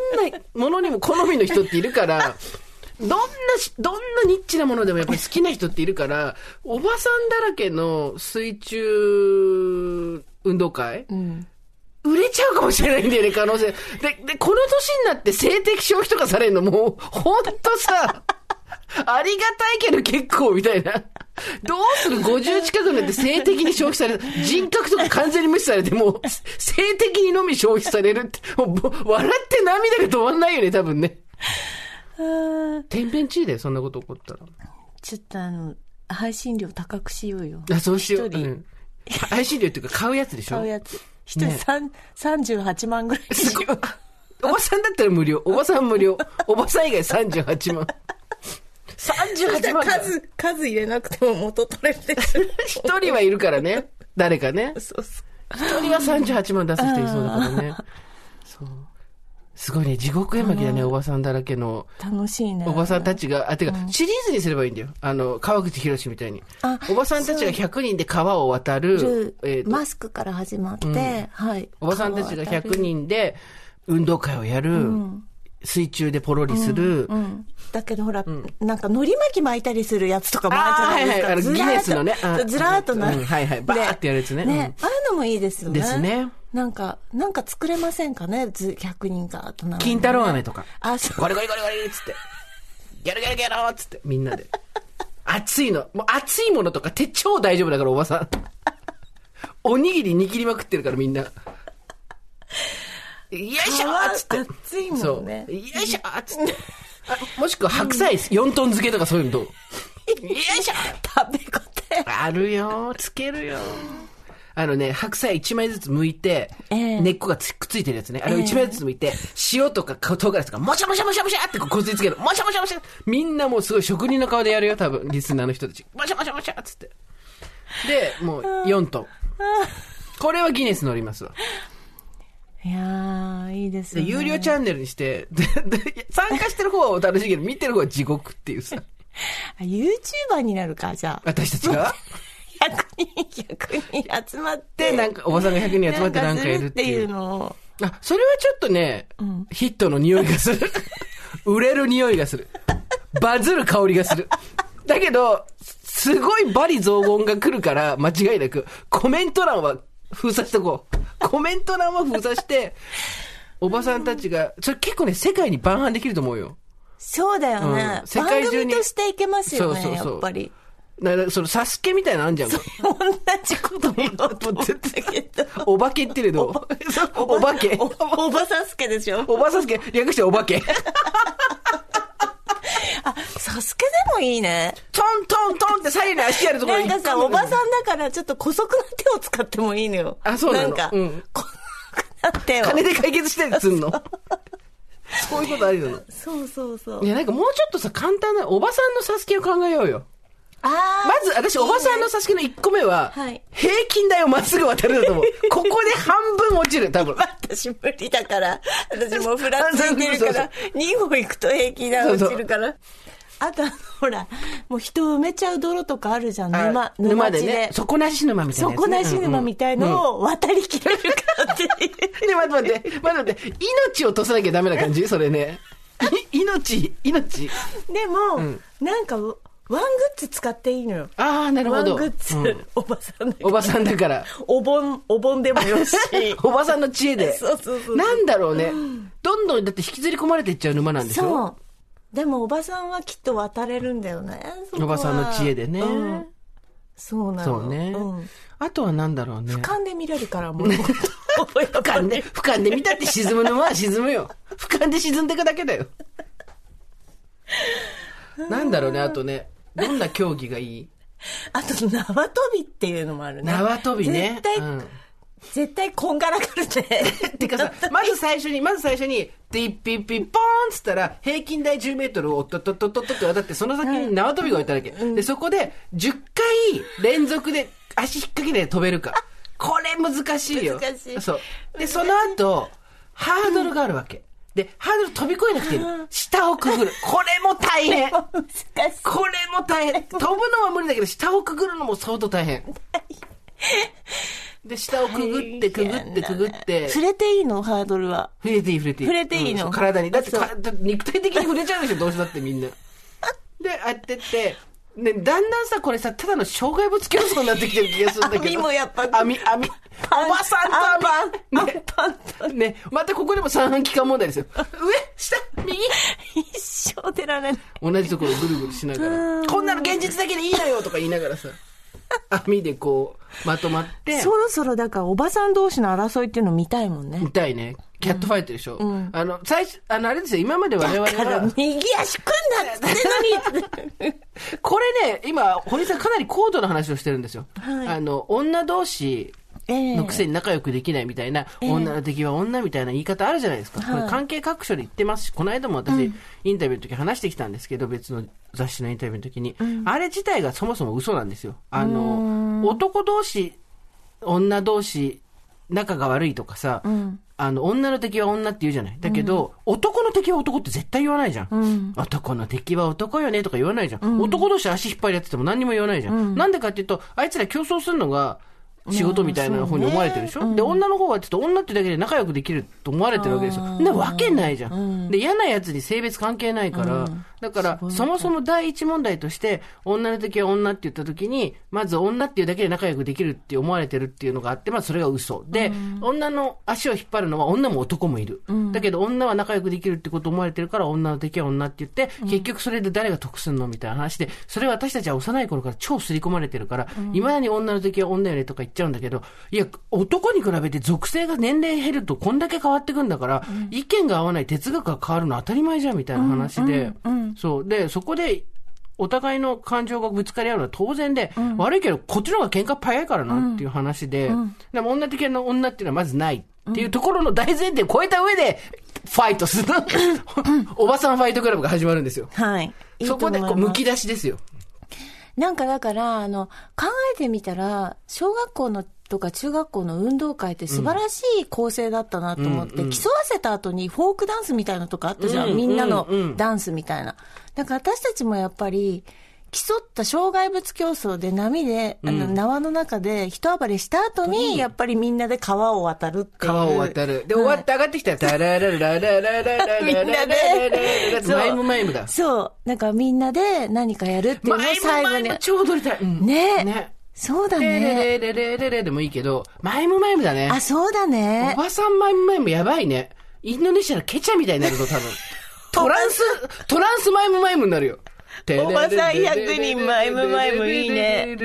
Speaker 2: ものにも好みの人っているから、どんなし、どんなニッチなものでもやっぱり好きな人っているから、おばさんだらけの水中運動会、売れちゃうかもしれないんだよね、可能性。で、で、この年になって性的消費とかされるのもう、ほんと [laughs] さ、ありがたいけど結構みたいな。どうする ?50 近くになって性的に消費される。人格とか完全に無視されて、もう、性的にのみ消費されるって。もうぼ、笑って涙が止まんないよね、多分ね。天変地異だよ、そんなこと起こったら。
Speaker 3: ちょっとあの、配信料高くしようよ。
Speaker 2: あ、そうしよう。
Speaker 3: 一人
Speaker 2: うん配信料っていうか買うやつでしょ
Speaker 3: 買うやつ。一人
Speaker 2: ね
Speaker 3: 三38万ぐらいに
Speaker 2: す
Speaker 3: し
Speaker 2: ごい
Speaker 3: よう。。
Speaker 2: おばさんだったら無料。おばさん無料。おばさん以外38万。38万だ。
Speaker 3: 数、数入れなくても元取れてる。
Speaker 2: 一人はいるからね。誰かね。
Speaker 3: そうそう。
Speaker 2: 一人は38万出す人いそうだからね。そう。すごいね。地獄絵巻だね。おばさんだらけの。
Speaker 3: 楽しいね。
Speaker 2: おばさんたちが、あ、てか、シリーズにすればいいんだよ。あの、川口博みたいに
Speaker 3: あ。
Speaker 2: おばさんたちが100人で川を渡る
Speaker 3: ル、
Speaker 2: えっと、
Speaker 3: マスクから始まって、はい。
Speaker 2: おばさんたちが
Speaker 3: 川渡
Speaker 2: 100
Speaker 3: る
Speaker 2: 人で運動会をやる、水中でポロリする、
Speaker 3: うん。だけどほら、なんか、のり巻き巻いたりするやつとかもあるじゃないですか。
Speaker 2: あーはいはいあの
Speaker 3: ずらーっと
Speaker 2: ギネスのねあ
Speaker 3: ずらーっとな、
Speaker 2: うんはいはいバーってやるやつね
Speaker 3: で
Speaker 2: うん
Speaker 3: ああいうのもいいですよね。
Speaker 2: ですね。
Speaker 3: なんか、なんか作れませんかねず、100人か、とな。
Speaker 2: 金太郎飴とか。
Speaker 3: あ、そう。
Speaker 2: ゴリゴリゴリゴリっつって。ギャルギャルギャルーっつって、みんなで。熱いの。もう熱いものとか手超大丈夫だから、おばさん。おにぎり握りまくってるから、みんな。よいしょーっつって。
Speaker 3: 熱いもんね
Speaker 2: そう。。よいしょーっつって。あもしくは白菜4トン漬けとかそういうのどうよいしょ
Speaker 3: 食べこて。
Speaker 2: あるよーつけるよーあのね、白菜1枚ずつ剥いて、
Speaker 3: ええ
Speaker 2: 根っこがつくっついてるやつね。あれを1枚ずつ剥いて、塩とか唐辛子とか、もしゃもしゃもしゃもしゃってこうこすりつける。もしゃもしゃもしゃみんなもうすごい職人の顔でやるよ、多分、リスナーの人たち。もしゃもしゃもしゃっつって。で、もう4トン。これはギネス乗りますわ。
Speaker 3: いやー、いいです
Speaker 2: で
Speaker 3: ね。
Speaker 2: 有料チャンネルにして、でで参加してる方は楽しいけど、見てる方は地獄っていうさ。
Speaker 3: あ YouTuber になるか、じゃあ。
Speaker 2: 私たち
Speaker 3: [laughs]
Speaker 2: が
Speaker 3: 100人、100人集まっ
Speaker 2: で、
Speaker 3: て、
Speaker 2: なんか、おばさんが100人集まってなんか
Speaker 3: す
Speaker 2: や
Speaker 3: る
Speaker 2: る
Speaker 3: っ
Speaker 2: って
Speaker 3: て
Speaker 2: い
Speaker 3: いうう。のを。
Speaker 2: あ、それはちょっとね、ヒットの匂いが
Speaker 3: [laughs]
Speaker 2: する。売れる匂いがする。バズる香りがする。だけど、すごいバリ雑言が来るから、間違いなく、コメント欄は封鎖しとこう。コメント欄は封鎖して、おばさんたちが、それ結構ね、世界に万販できると思うよ。
Speaker 3: そうだよね
Speaker 2: う。ん世界
Speaker 3: 番
Speaker 2: 中に
Speaker 3: 組としていけますよね、
Speaker 2: そうそう
Speaker 3: や
Speaker 2: そう
Speaker 3: っぱり。
Speaker 2: だから、その、サスケみたいなのあんじゃん。
Speaker 3: 同じこと言おうと思ったけど。
Speaker 2: お化けって言うけ
Speaker 3: [laughs]
Speaker 2: ど、お化け。
Speaker 3: おおばさすけでしょ
Speaker 2: おばサスケ、略してお化け。
Speaker 3: サスケでもいいね。
Speaker 2: トントントンって左右に足やるところ
Speaker 3: なんかさ、おばさんだからちょっと古速な手を使ってもいいのよ。
Speaker 2: あそうなの
Speaker 3: んか、
Speaker 2: うん
Speaker 3: 古速な手を。
Speaker 2: [laughs] 金で解決したりす
Speaker 3: [laughs]
Speaker 2: んのそういうことあるよね。
Speaker 3: そうそうそう
Speaker 2: い。や、なんかもうちょっとさ、簡単な、おばさんのサスケを考えようよ。
Speaker 3: あー
Speaker 2: まず、私、おばさんの差し木の1個目は
Speaker 3: はい、
Speaker 2: 平均台をまっすぐ渡るだ
Speaker 3: [laughs]
Speaker 2: と思う。ここで半分落ちる、多分。
Speaker 3: 私無理だから。私もうフラついてるから、2歩行くと平気だ、
Speaker 2: そうそう
Speaker 3: 落ちるから。あと、あのほら、もう人を埋めちゃう泥とかあるじゃん、沼
Speaker 2: あ、
Speaker 3: 沼地
Speaker 2: でね
Speaker 3: で。。
Speaker 2: 底なし沼みたいなやつね。
Speaker 3: 底なし
Speaker 2: うんう
Speaker 3: 沼
Speaker 2: ん
Speaker 3: みたいのを渡りきれるかっていう。
Speaker 2: ね、待って待って、待って待って、命を落とさなきゃダメ
Speaker 3: [laughs]
Speaker 2: な感じそれね。い命、命。
Speaker 3: でも、なんか、ワングッズ使っていいのよ。
Speaker 2: ああ、なる
Speaker 3: ワ
Speaker 2: ほ
Speaker 3: ン
Speaker 2: ど。
Speaker 3: グッズ、
Speaker 2: うん
Speaker 3: おばさんだけ
Speaker 2: おばさんだから。
Speaker 3: お盆、お盆でもよ
Speaker 2: [laughs]
Speaker 3: し。
Speaker 2: おばさんの知恵で。
Speaker 3: そうそうそう
Speaker 2: なんだろうね。どんどんだって引きずり込まれていっちゃう沼なんでしょ
Speaker 3: そう。でもおばさんはきっと渡れるんだよね。そこは
Speaker 2: おばさんの知恵でね
Speaker 3: うんそうなの。
Speaker 2: そうね、
Speaker 3: うん
Speaker 2: あとはなんだろうね。
Speaker 3: 俯瞰で見れるからもう。俯
Speaker 2: 俯瞰で、俯瞰で見たって沈む沼は [laughs] 沈むよ。俯瞰で沈んでいくだけだよ。なんだろうね、あとね。どんな競技がいい
Speaker 3: あと縄跳びっていうのもあるね。
Speaker 2: 縄跳びね。
Speaker 3: 絶対、
Speaker 2: うん
Speaker 3: 絶対こんがらが
Speaker 2: [laughs]
Speaker 3: るね。
Speaker 2: て
Speaker 3: [laughs]
Speaker 2: かさ、まず最初に、まず最初に、ピッピッピッポーンっつったら、平均台10メートルをおっとっとっとっとっとって渡って、その先に縄跳びが置いただけ。で、そこで、10回連続で足引っ掛けで飛べるか。これ難しいよ。
Speaker 3: 難しい
Speaker 2: そう。で、その後、ハードルがあるわけ。で、ハードル飛び越えなくていいの。下をくぐる。これも大変。
Speaker 3: 難しい。
Speaker 2: これも大変。飛ぶのは無理だけど、下をくぐるのも相当大変。で、下をくぐって、くぐって、くぐって。
Speaker 3: 触れていいのハードルは。
Speaker 2: 触れていい触れていい
Speaker 3: 触れていいの
Speaker 2: そう体にだって
Speaker 3: そう
Speaker 2: かだって肉体的に触れちゃう
Speaker 3: [laughs]
Speaker 2: でしょどうせだってみんなであってってね、だんだんさ、これさ、ただの障害物競争になってきてる気がするんだけど。
Speaker 3: 網もやっぱ
Speaker 2: 網、網。おばさんと網。ね、
Speaker 3: パンと
Speaker 2: ね、またここでも三半規管問題ですよ。上、下、右。
Speaker 3: 一生出られない。
Speaker 2: 同じところぐるぐるしながら。こんなの現実だけでいいのよとか言いなが
Speaker 3: [laughs]
Speaker 2: らさ。網でこう、まとまって。
Speaker 3: そろそろだからおばさん同士の争いっていうの見たいもんね。
Speaker 2: 見たいね。キャットファイトでしょ。あの、最初、あの、あれですよ、今まで我々
Speaker 3: だから
Speaker 2: は。
Speaker 3: 右足組んだっつってんのに。
Speaker 2: [laughs]
Speaker 3: [laughs]
Speaker 2: これね、今、堀さんかなり高度な話をしてるんですよ。あの、女同士のくせに仲良くできないみたいな、女の敵は女みたいな言い方あるじゃないですか。これ関係各所で言ってますし、この間も私、インタビューの時話してきたんですけど、別の雑誌のインタビューの時に、あれ自体がそもそも嘘なんですよ。あの、男同士、女同士、仲が悪いとかさ、あの、女の敵は女って言うじゃない。だけど、男の敵は男って絶対言わないじゃん,、男の敵は男よねとか言わないじゃん。男同士足引っ張り合ってても何にも言わないじゃん。なんでかっていうと、あいつら競争するのが仕事みたいな方に思われてるでしょ、で、女の方はちょっと女ってだけで仲良くできると思われてるわけですよ。なわけないじゃん,、で、嫌な奴に性別関係ないから、だから、そもそも第一問題として、女の敵は女って言った時に、まず女っていうだけで仲良くできるって思われてるっていうのがあって、まあそれが嘘。で、女の足を引っ張るのは女も男もいる。だけど女は仲良くできるってこと思われてるから、女の敵は女って言って、結局それで誰が得すんのみたいな話で、それは私たちは幼い頃から超刷り込まれてるから、いまだに女の敵は女よねとか言っちゃうんだけど、いや、男に比べて属性が年齢減るとこんだけ変わってくんだから、意見が合わない哲学が変わるの当たり前じゃんみたいな話で、そう。で、そこで、お互いの感情がぶつかり合うのは当然で、悪いけど、こっちの方が喧嘩早いからなっていう話で、でも女的な女っていうのはまずないっていうところの大前提を超えた上で、ファイトする。おばさんファイトクラブが始まるんですよ。
Speaker 3: はい。いいと
Speaker 2: そ
Speaker 3: 思
Speaker 2: こ
Speaker 3: い
Speaker 2: で
Speaker 3: ます
Speaker 2: こう、むき出しですよ。
Speaker 3: なんかだから、あの、考えてみたら、小学校のとか中学校の運動会って素晴らしい構成だったなと思って、競わせた後にフォークダンスみたいなのとかあったじゃん。みんなのダンスみたいな。だから私たちもやっぱり、競った障害物競争で波で、あの、縄の中で一暴れした後に、やっぱりみんなで川を渡るっていう。
Speaker 2: 川を渡る。で、終わって上がってきたら、タララララララララ
Speaker 3: みんな
Speaker 2: ラ
Speaker 3: で
Speaker 2: ラ。 [laughs] マイムマイムだ。
Speaker 3: そう。だからみんなで何かやるっていうの
Speaker 2: マ
Speaker 3: を
Speaker 2: イム
Speaker 3: 最
Speaker 2: マ
Speaker 3: 後
Speaker 2: イ
Speaker 3: に
Speaker 2: ム。超踊りたい。うん
Speaker 3: ね
Speaker 2: ね。
Speaker 3: そうだ
Speaker 2: レレ
Speaker 3: ね。
Speaker 2: レレレレレでもいいけど、マイムマイムだね。
Speaker 3: あ、そうだね
Speaker 2: お。ばさんマイムマイムやばいね。インドネシアのケチャみたいになるぞ、多分。トランス、トランスマイムマイムになるよ。
Speaker 3: おばさん100人マイムマイムいいね。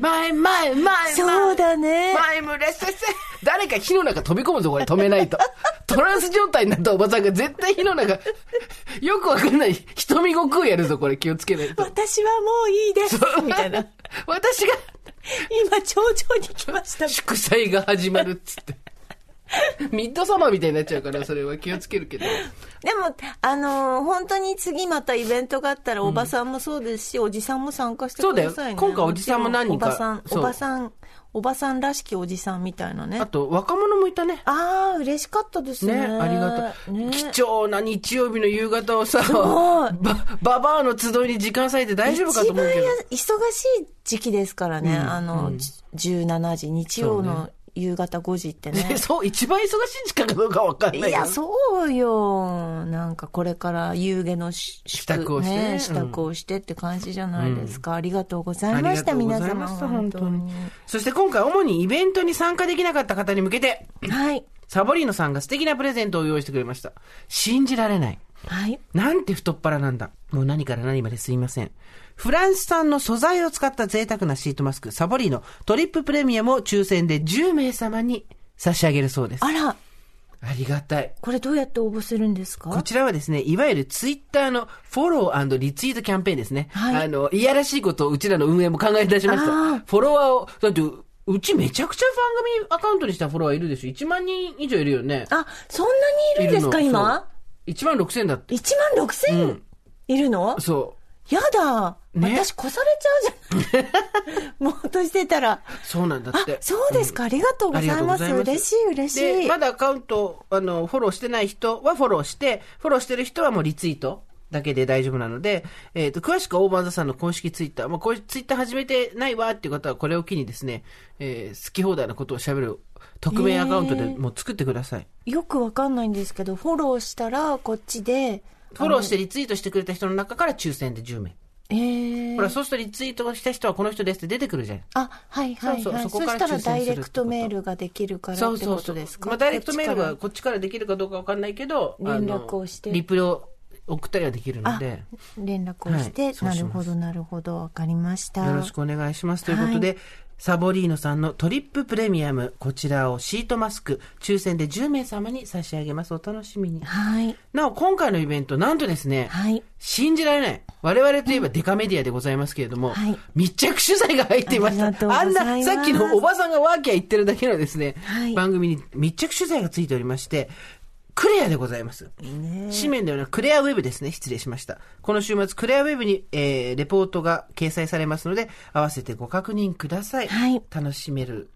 Speaker 2: マイムマイムマイム。
Speaker 3: そうだね。
Speaker 2: マイムレッセッセ。誰か火の中飛び込むぞ、これ止めないと。トランス状態になったおばさんが絶対火の中、よくわかんない瞳悟空やるぞ、これ気をつけないと。
Speaker 3: 私はもういいです。 [laughs] みたいな。。
Speaker 2: 私が
Speaker 3: 今、頂上に来ました。
Speaker 2: 祝祭が始まるっつって。ミッドサマーみたいになっちゃうから、それは気をつけるけど。
Speaker 3: でも、あのー本当に次またイベントがあったら、おばさんもそうですし、おじさんも参加してくだ
Speaker 2: そうだ
Speaker 3: さい
Speaker 2: よ
Speaker 3: ね。
Speaker 2: 今回おじさんも何人か
Speaker 3: おばさん、
Speaker 2: そう
Speaker 3: おばさん、おばさんらしきおじさんみたいなね。
Speaker 2: あ
Speaker 3: あ
Speaker 2: と、若者もいたね。
Speaker 3: あー、嬉しかったですね。
Speaker 2: ね、ありがとう、
Speaker 3: ね
Speaker 2: 貴重な日曜日の夕方をさ、
Speaker 3: ごい
Speaker 2: ば、ババアの集いに時間割いて大丈夫かと
Speaker 3: 一
Speaker 2: 思う
Speaker 3: 番や
Speaker 2: けど。
Speaker 3: 忙しい時期ですからね、あの、17時、日曜の夕方5時ってね。
Speaker 2: で [laughs] そう、一番忙しい時間かどうかわかんない
Speaker 3: い
Speaker 2: けど
Speaker 3: や、そうよ。なんかこれから夕げのし支
Speaker 2: 度をしてねうん
Speaker 3: 支度をしてって感じじゃないですか。ありがとうございました、
Speaker 2: ありが
Speaker 3: 皆
Speaker 2: とうござい
Speaker 3: 様。
Speaker 2: ましたそして今回、主にイベントに参加できなかった方に向けて、
Speaker 3: 本当にはい。
Speaker 2: サボリーノさんが素敵なプレゼントを用意してくれました。信じられない。
Speaker 3: はい。
Speaker 2: なんて太っ腹
Speaker 6: な
Speaker 2: なんん
Speaker 6: だ
Speaker 2: だ。。
Speaker 6: もう何から何まですいません。フランス産の素材を使った贅沢なシートマスク、サボリーのトリッププレミアムを抽選で10名様に差し上げるそうです。
Speaker 3: あら、
Speaker 2: ありがたい。
Speaker 3: これどうやって応募するんです
Speaker 6: こ
Speaker 3: か
Speaker 6: ちらはですね、いわゆるツイッターのフォローリツイートキャンペーンですね。
Speaker 2: あの、いやらしいことをうちらの運営も考え出しました。フォロワーを、だって、ううちめちゃくちゃ番組アカウントにしたフォロワーいるでしょ ?1 万人以上いるよね。
Speaker 3: あ、そんなにいるんですか、
Speaker 2: いるの
Speaker 3: 今
Speaker 2: ?1 万6000だって。
Speaker 3: ?1 万6千いるの、
Speaker 2: そ
Speaker 3: やだ。
Speaker 2: ね
Speaker 3: 私、越されちゃうじゃ
Speaker 2: [laughs]
Speaker 3: ん。もうとしてたら。
Speaker 2: う。そうなんだ
Speaker 3: あ
Speaker 2: って、。
Speaker 3: そうですか。ありがとうございます。
Speaker 2: ありがとうござ
Speaker 3: 嬉
Speaker 2: いま
Speaker 3: しい、嬉し
Speaker 2: で、
Speaker 3: い。
Speaker 2: まだアカウント、あの、フォローしてない人はフォローして、フォローしてる人はもうリツイートだけで大丈夫なので、えっ、と、詳しくはオーバーザさんの公式ツイッター、まあ、こういうツイッター始めてないわっていう方は、これを機にですね、えー好き放題のことを喋る、匿名アカウントでもう作ってください。
Speaker 3: よくわかんないんですけど、フォローしたら、こっちで、
Speaker 2: フォローしてリツイートしてくれた人の中から抽選で10名。
Speaker 3: えー
Speaker 2: ほら、そうするとリツイートした人はこの人ですって出てくるじゃん。
Speaker 3: あ、はいはい
Speaker 2: そう
Speaker 3: は
Speaker 2: そ。
Speaker 3: いう
Speaker 2: そこ
Speaker 3: そ
Speaker 2: から
Speaker 3: したら
Speaker 2: 抽
Speaker 3: ダ
Speaker 2: 選するっ
Speaker 3: イ
Speaker 2: てこと
Speaker 3: レクトメールができるからってことですか
Speaker 2: まあ、ダイレクトメールは
Speaker 3: こっ
Speaker 2: こっちからできるかどうかわかんないけど、
Speaker 3: 連絡をして
Speaker 2: あのリプを送ったりはできるの
Speaker 3: ちから
Speaker 2: で、
Speaker 3: あ、連絡をして、
Speaker 2: はいそうしま
Speaker 3: なるほ
Speaker 2: す
Speaker 3: どなるほど、わかりました。
Speaker 6: よろしくお願いします。ということで、サボリーノさんのトリッププレミアム、こちらをシートマスク、抽選で10名様に差し上げます。お楽しみに。
Speaker 3: はい、
Speaker 6: なお、今回のイベント、なんとですね、
Speaker 3: はい。
Speaker 6: 信じられない。我々といえばデカメディアでございますけれども、
Speaker 3: はい
Speaker 6: 密着取材が入っていました。
Speaker 3: ありがとうございます
Speaker 6: あんな、さっきのおばさんがワーキャー言ってるだけのですね、
Speaker 3: はい
Speaker 6: 番組に密着取材がついておりまして、クレアでございます。紙面ではなくクレアウェブですね。失礼しました。この週末、クレアウェブに、えーレポートが掲載されますので、合わせてご確認ください。
Speaker 3: はい
Speaker 6: 楽しめる。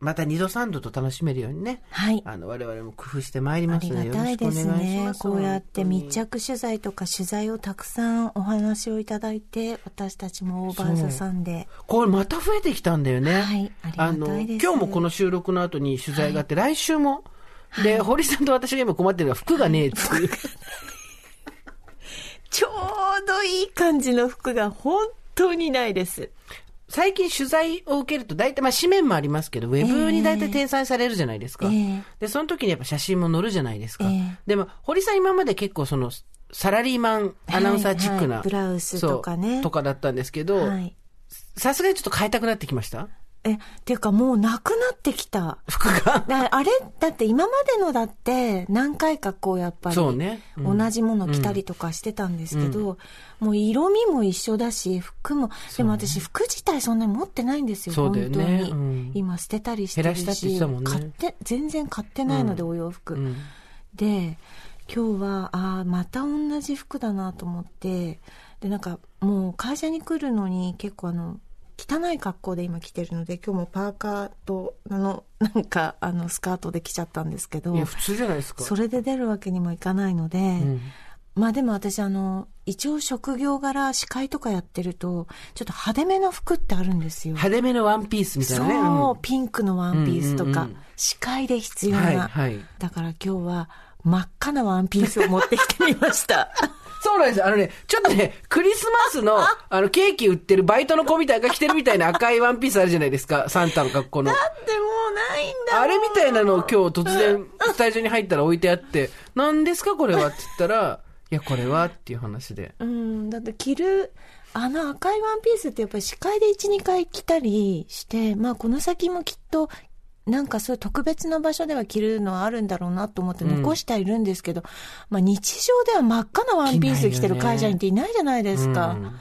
Speaker 6: また二度三度と楽しめるようにね。
Speaker 3: はい
Speaker 6: あの、我々も工夫してまいり
Speaker 3: あ
Speaker 6: ます
Speaker 3: り
Speaker 6: の
Speaker 3: が
Speaker 6: で、よろ
Speaker 3: たい
Speaker 6: しく
Speaker 3: で
Speaker 6: お願いし
Speaker 3: す
Speaker 6: ます。
Speaker 3: ね。こうやって
Speaker 6: 本当に
Speaker 3: 密着取材とか取材をたくさんお話をいただいて、私たちもオーバーザさんで。
Speaker 6: これまた増えてきたんだよね。
Speaker 3: はいありがたいで
Speaker 6: あ
Speaker 3: す
Speaker 6: の、今日もこの収録の後に取材があって、来週も。で、堀さんと私が今困ってるのは服がねえっていう。
Speaker 3: ちょうどいい感じの服が本当にないです。
Speaker 6: [laughs] 最近取材を受けると大体、まあ紙面もありますけど、ウェブに大体転載されるじゃないですか。
Speaker 3: ええ
Speaker 6: で、その時にやっぱ写真も載るじゃないですか。
Speaker 3: ええ
Speaker 6: でも、堀さん今まで結構その、サラリーマンアナウンサーチックな、
Speaker 3: はいはいブラウスとかね
Speaker 6: そうとかだったんですけど、
Speaker 3: はい。
Speaker 6: さすがにちょっと変えたくなってきました
Speaker 3: え、ていうかもうなくなってきた。
Speaker 6: 服が。
Speaker 3: だあれだって今までのだって何回かこうやっぱり
Speaker 6: そうねうん
Speaker 3: 同じもの着たりとかしてたんですけど、もう色味も一緒だし服も、でも私服自体そんなに持ってないんですよ
Speaker 6: そうだよ
Speaker 3: 本当
Speaker 6: ね
Speaker 3: に、
Speaker 6: うん
Speaker 3: 今捨てたりして
Speaker 6: 減
Speaker 3: る
Speaker 6: ら
Speaker 3: し
Speaker 6: したって言ってたもんね
Speaker 3: 買って全然買ってないので、お洋服、
Speaker 6: うん
Speaker 3: で今日はああまた同じ服だなと思ってでなんかもう会社に来るのに結構あの汚い格好で今着てるので今日もパーカーとあの [laughs] なんかあのスカートで着ちゃったんですけど
Speaker 6: いや、普通じゃないですか。
Speaker 3: それで出るわけにもいかないので、まあでも私あの一応職業柄司会とかやってるとちょっと派手めの服ってあるんですよ。
Speaker 6: 派手めのワンピースみたいなね。
Speaker 3: そう、ピンクのワンピースとか、
Speaker 6: うんうんうん
Speaker 3: 視界で必要な、
Speaker 6: はいはい
Speaker 3: だから今日は真っ赤なワンピースを持ってきてみました
Speaker 6: そうなんですよ。あのね、ちょっとね、クリスマスの、あの、ケーキ売ってるバイトの子みたいが着てるみたいな赤いワンピースあるじゃないですか。サンタの格好の。
Speaker 3: [laughs] でもうないんだ
Speaker 6: あれみたいなのを今日突然、スタジオに入ったら置いてあって、何ですかこれはって言ったら、いや、これはっていう話で。
Speaker 3: うんだって着るあの赤いワンピースってやっぱり視界で12回着たりしてまあこの先もきっとなんかそういう特別な場所では着るのはあるんだろうなと思って残してはいるんですけど、まあ日常では真っ赤なワンピース着てる会社員っていないじゃないですか。
Speaker 6: うん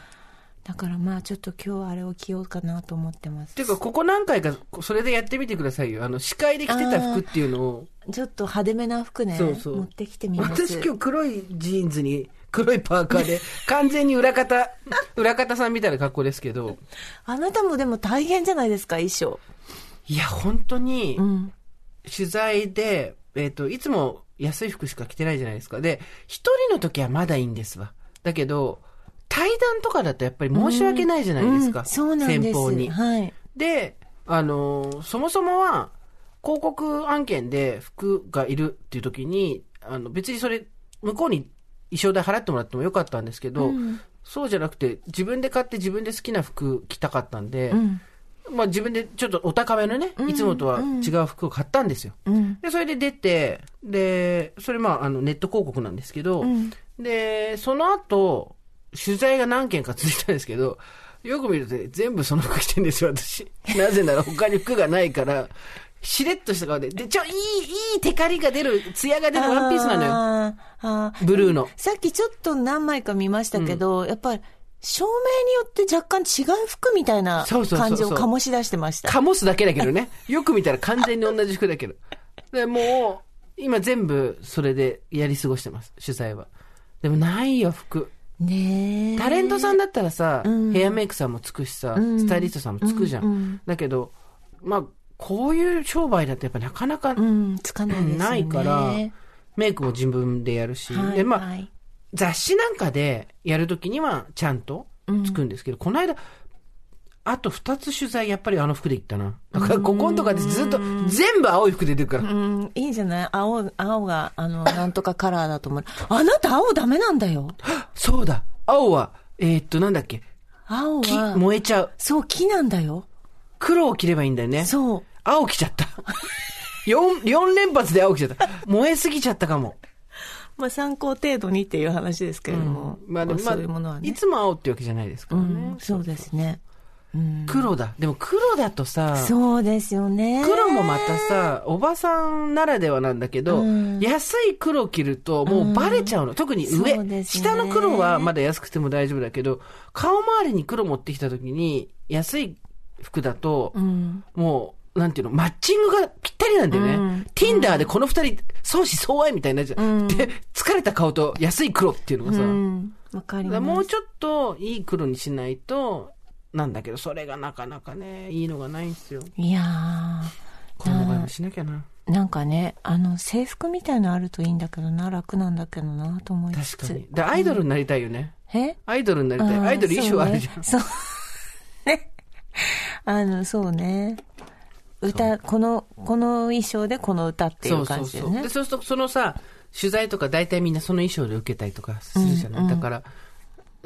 Speaker 3: だからまあちょっと今日あれを着ようかなと思ってます
Speaker 2: ていうか、ここ何回か、それでやってみてくださいよ。あの、司会で着てた服っていうのを。
Speaker 3: ちょっと派手めな服ね
Speaker 2: そうそう
Speaker 3: 持ってきてみます
Speaker 2: 私今日黒いジーンズに、黒いパーカーで、完全に裏方、裏方さんみたいな格好ですけど、
Speaker 3: あなたもでも大変じゃないですか衣装
Speaker 2: いや、本当に
Speaker 3: う、ん
Speaker 2: 取材で、えっ、と、いつも安い服しか着てないじゃないですか。で、一人の時はまだいいんですわ。だけど、対談とかだとやっぱり申し訳ないじゃないですか。
Speaker 3: うんそうなんです
Speaker 2: 先方に。
Speaker 3: はい
Speaker 2: で、あのーそもそもは、広告案件で服がいるっていう時に、あの、別にそれ、向こうに衣装代払ってもらってもよかったんですけど、そうじゃなくて、自分で買って自分で好きな服着たかったんで、
Speaker 3: ん
Speaker 2: まあ自分でちょっとお高めのね、いつもとは違う服を買ったんですよ。
Speaker 3: うん
Speaker 2: で、それで出て、で、それまあ、あの、ネット広告なんですけど、
Speaker 3: ん
Speaker 2: で、その後、取材が何件か続いたんですけど、よく見るとね全部その服着てんですよ、私。 [laughs] なぜなら他に服がないから、しれっとした顔で。で、ちょ、いい、いいテカリが出る、艶が出るワンピースなのよ。
Speaker 3: あーあー
Speaker 2: ブルーの。
Speaker 3: さっきちょっと何枚か見ましたけど、やっぱり照明によって若干違う服みたいな
Speaker 2: そうそうそう
Speaker 3: 感じ
Speaker 2: そう
Speaker 3: を醸し出してました。
Speaker 2: かもすだけだけどね。よく見たら完全に同じ服だけど。で、もう、今全部それでやり過ごしてます、取材は。でもないよ、服。
Speaker 3: ねえ。
Speaker 2: タレントさんだったらさ、
Speaker 3: ん
Speaker 2: ヘアメイクさんもつくしさ、
Speaker 3: ん
Speaker 2: スタイリストさんもつくじゃん。
Speaker 3: うんうん
Speaker 2: だけど、まあ、こういう商売だとやっぱなかなか、
Speaker 3: うん、つかないですよね。
Speaker 2: ないから、メイクも自分でやるし、
Speaker 3: はい、
Speaker 2: でまあ、
Speaker 3: はい
Speaker 2: 雑誌なんかでやるときにはちゃんとつくんですけど、この間、あと2つ取材やっぱりあの服で行ったな。だからこことかでずっと全部青い服で出てくから。
Speaker 3: うん、いいんじゃない青、青が、あの、なんとかカラーだと思う。あなた青ダメなんだよ。
Speaker 2: そうだ青は、えーっとなんだっけ
Speaker 3: 青
Speaker 2: 木、
Speaker 3: は、
Speaker 2: 燃えちゃう。
Speaker 3: そう、木なんだよ。
Speaker 2: 黒を着ればいいんだよね。
Speaker 3: そう。
Speaker 2: 青来ちゃった。4、四連発で青来ちゃった。燃えすぎちゃったかも。
Speaker 3: まあ、参考程度にっていう話ですけれども。まあ、
Speaker 2: まあでも、ま
Speaker 3: そ
Speaker 2: あ、
Speaker 3: ういうものはね。
Speaker 2: いつも青ってわけじゃないですか
Speaker 3: う
Speaker 2: らね。
Speaker 3: ん、そうですね。
Speaker 2: 黒だ。でも黒だとさ、
Speaker 3: そうですよね。
Speaker 2: 黒もまたさ、おばさんならではなんだけど、
Speaker 3: うん
Speaker 2: 安い黒着るともうバレちゃうの。特に上、
Speaker 3: そうですね
Speaker 2: 下の黒はまだ安くても大丈夫だけど、顔周りに黒持ってきた時に、安い服だと、
Speaker 3: うん。
Speaker 2: もう、なんていうの、マッチングがぴったりなんだよね。
Speaker 3: うん
Speaker 2: Tinder でこの二人、相思相愛みたいになっちゃう。で、疲れた顔と安い黒っていうのがさ、
Speaker 3: うん。わかり
Speaker 2: だ
Speaker 3: ます。
Speaker 2: からもうちょっといい黒にしないと、なんだけど、それがなかなかね、いいのがないんですよ。
Speaker 3: いや
Speaker 2: この場合も
Speaker 3: ー。
Speaker 2: しなきゃな。
Speaker 3: なんかね、あの、制服みたいのあるといいんだけどな、楽なんだけどな、と思いつつ。
Speaker 2: 確かに。で、アイドルになりたいよね。
Speaker 3: え
Speaker 2: アイドルになりたい。
Speaker 3: あー
Speaker 2: アイドル衣装あるじゃん。
Speaker 3: そうね。そうね。 [laughs] あの、そうね。歌、この、この衣装でこの歌ってい
Speaker 2: そううそ
Speaker 3: 感
Speaker 2: う
Speaker 3: じ
Speaker 2: そ
Speaker 3: で
Speaker 2: う。
Speaker 3: ね
Speaker 2: で、。そうすると、そのさ、取材とか大体みんなその衣装で受けたりとかするじゃない。だから、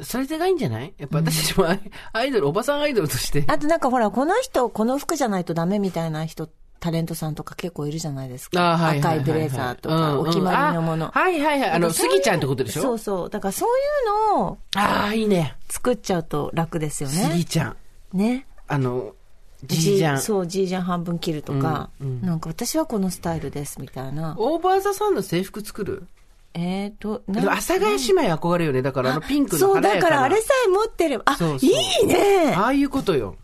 Speaker 2: それがいいんじゃないやっぱ私たちもアイアイドル、おばさんアイドルと
Speaker 3: [laughs]
Speaker 2: して。
Speaker 3: あとなんかほら、この人、この服じゃないとダメみたいな人、タレントさんとか結構いるじゃないですか。
Speaker 2: あはいはいはいはい
Speaker 3: 赤いブレザーとか、お決まりのもの。
Speaker 2: あはいはいはい。あの、スギちゃんってことでしょ
Speaker 3: そうそう。だからそういうのを
Speaker 2: ああ、いいね。
Speaker 3: 作っちゃうと楽ですよ
Speaker 2: スギ
Speaker 3: ね。
Speaker 2: ちゃん。
Speaker 3: ね。
Speaker 2: あの、じいちゃん。
Speaker 3: そう、ジージャン半分切るとか、なんか私はこのスタイルですみたいな。
Speaker 2: オーバーザさんの制服作る
Speaker 3: えっ、ー、と、
Speaker 2: で
Speaker 3: な
Speaker 2: も阿佐ヶ谷姉妹憧れよね。だからあのピンクの
Speaker 3: そう、
Speaker 2: 華
Speaker 3: だ
Speaker 2: やか
Speaker 3: か
Speaker 2: な。
Speaker 3: らあれさえ持ってれば、あ、
Speaker 2: そうそう
Speaker 3: いいね
Speaker 2: ああいうことよ。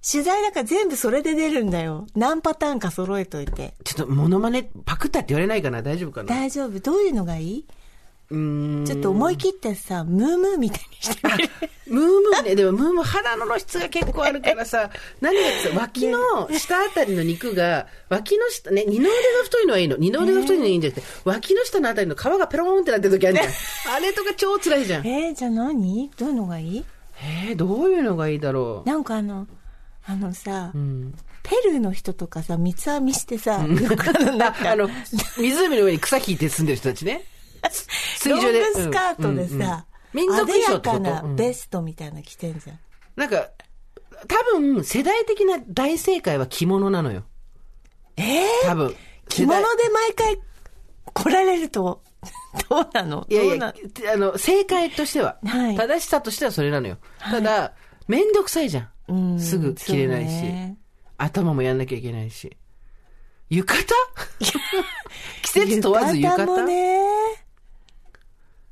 Speaker 3: 取材だから全部それで出るんだよ。何パターンか揃えといて。
Speaker 2: ちょっとモノマネパクったって言われないかな大丈夫かな
Speaker 3: 大丈夫。どういうのがいいう
Speaker 2: ーん。
Speaker 3: ちょっと思い切ってさ、ムームーみたいにしてみる。
Speaker 2: ムームーね、でもムームー肌の露出が結構あるからさ、 [laughs] 何がつ脇の下あたりの肉が、脇の下、ね、二の腕が太いのはいいの。二の腕が太いのはいいんじゃなくて、脇の下のあたりの皮がペローンってなってる時あるじゃん。あれとか超辛いじゃん。 [laughs] え
Speaker 3: えー、じゃあ何どういうのがいい
Speaker 2: ー、どういうのがいいだろ
Speaker 3: なんかあの、あのさ、
Speaker 2: う。うん。
Speaker 3: ペルーの人とかさ、三つ編みしてさ、 [laughs] 服の
Speaker 2: あ
Speaker 3: 中
Speaker 2: あの、湖の上に草引いて住んでる人た
Speaker 3: [laughs]
Speaker 2: ちね。水
Speaker 3: ロン
Speaker 2: 上で。
Speaker 3: グスカートで
Speaker 2: うんうんうん
Speaker 3: さ、
Speaker 2: 民族衣装ってこと
Speaker 3: 艶やか
Speaker 2: う
Speaker 3: なんベストみたいなの着てんじゃん。
Speaker 2: なんか、多分、世代的な大正解は着物なのよ。
Speaker 3: えー、
Speaker 2: 多分。
Speaker 3: 着物で毎回来られると、どうなの
Speaker 2: いや
Speaker 3: どう
Speaker 2: い
Speaker 3: な
Speaker 2: や、あの、正解としては、
Speaker 3: はい
Speaker 2: 正しさとしてはそれなのよ。ただ、めんどくさいじゃ。
Speaker 3: うんん
Speaker 2: すぐ着れないし、
Speaker 3: そうね
Speaker 2: 頭もやんなきゃいけないし。浴
Speaker 3: [laughs]
Speaker 2: 衣季節問わず浴衣
Speaker 3: もね。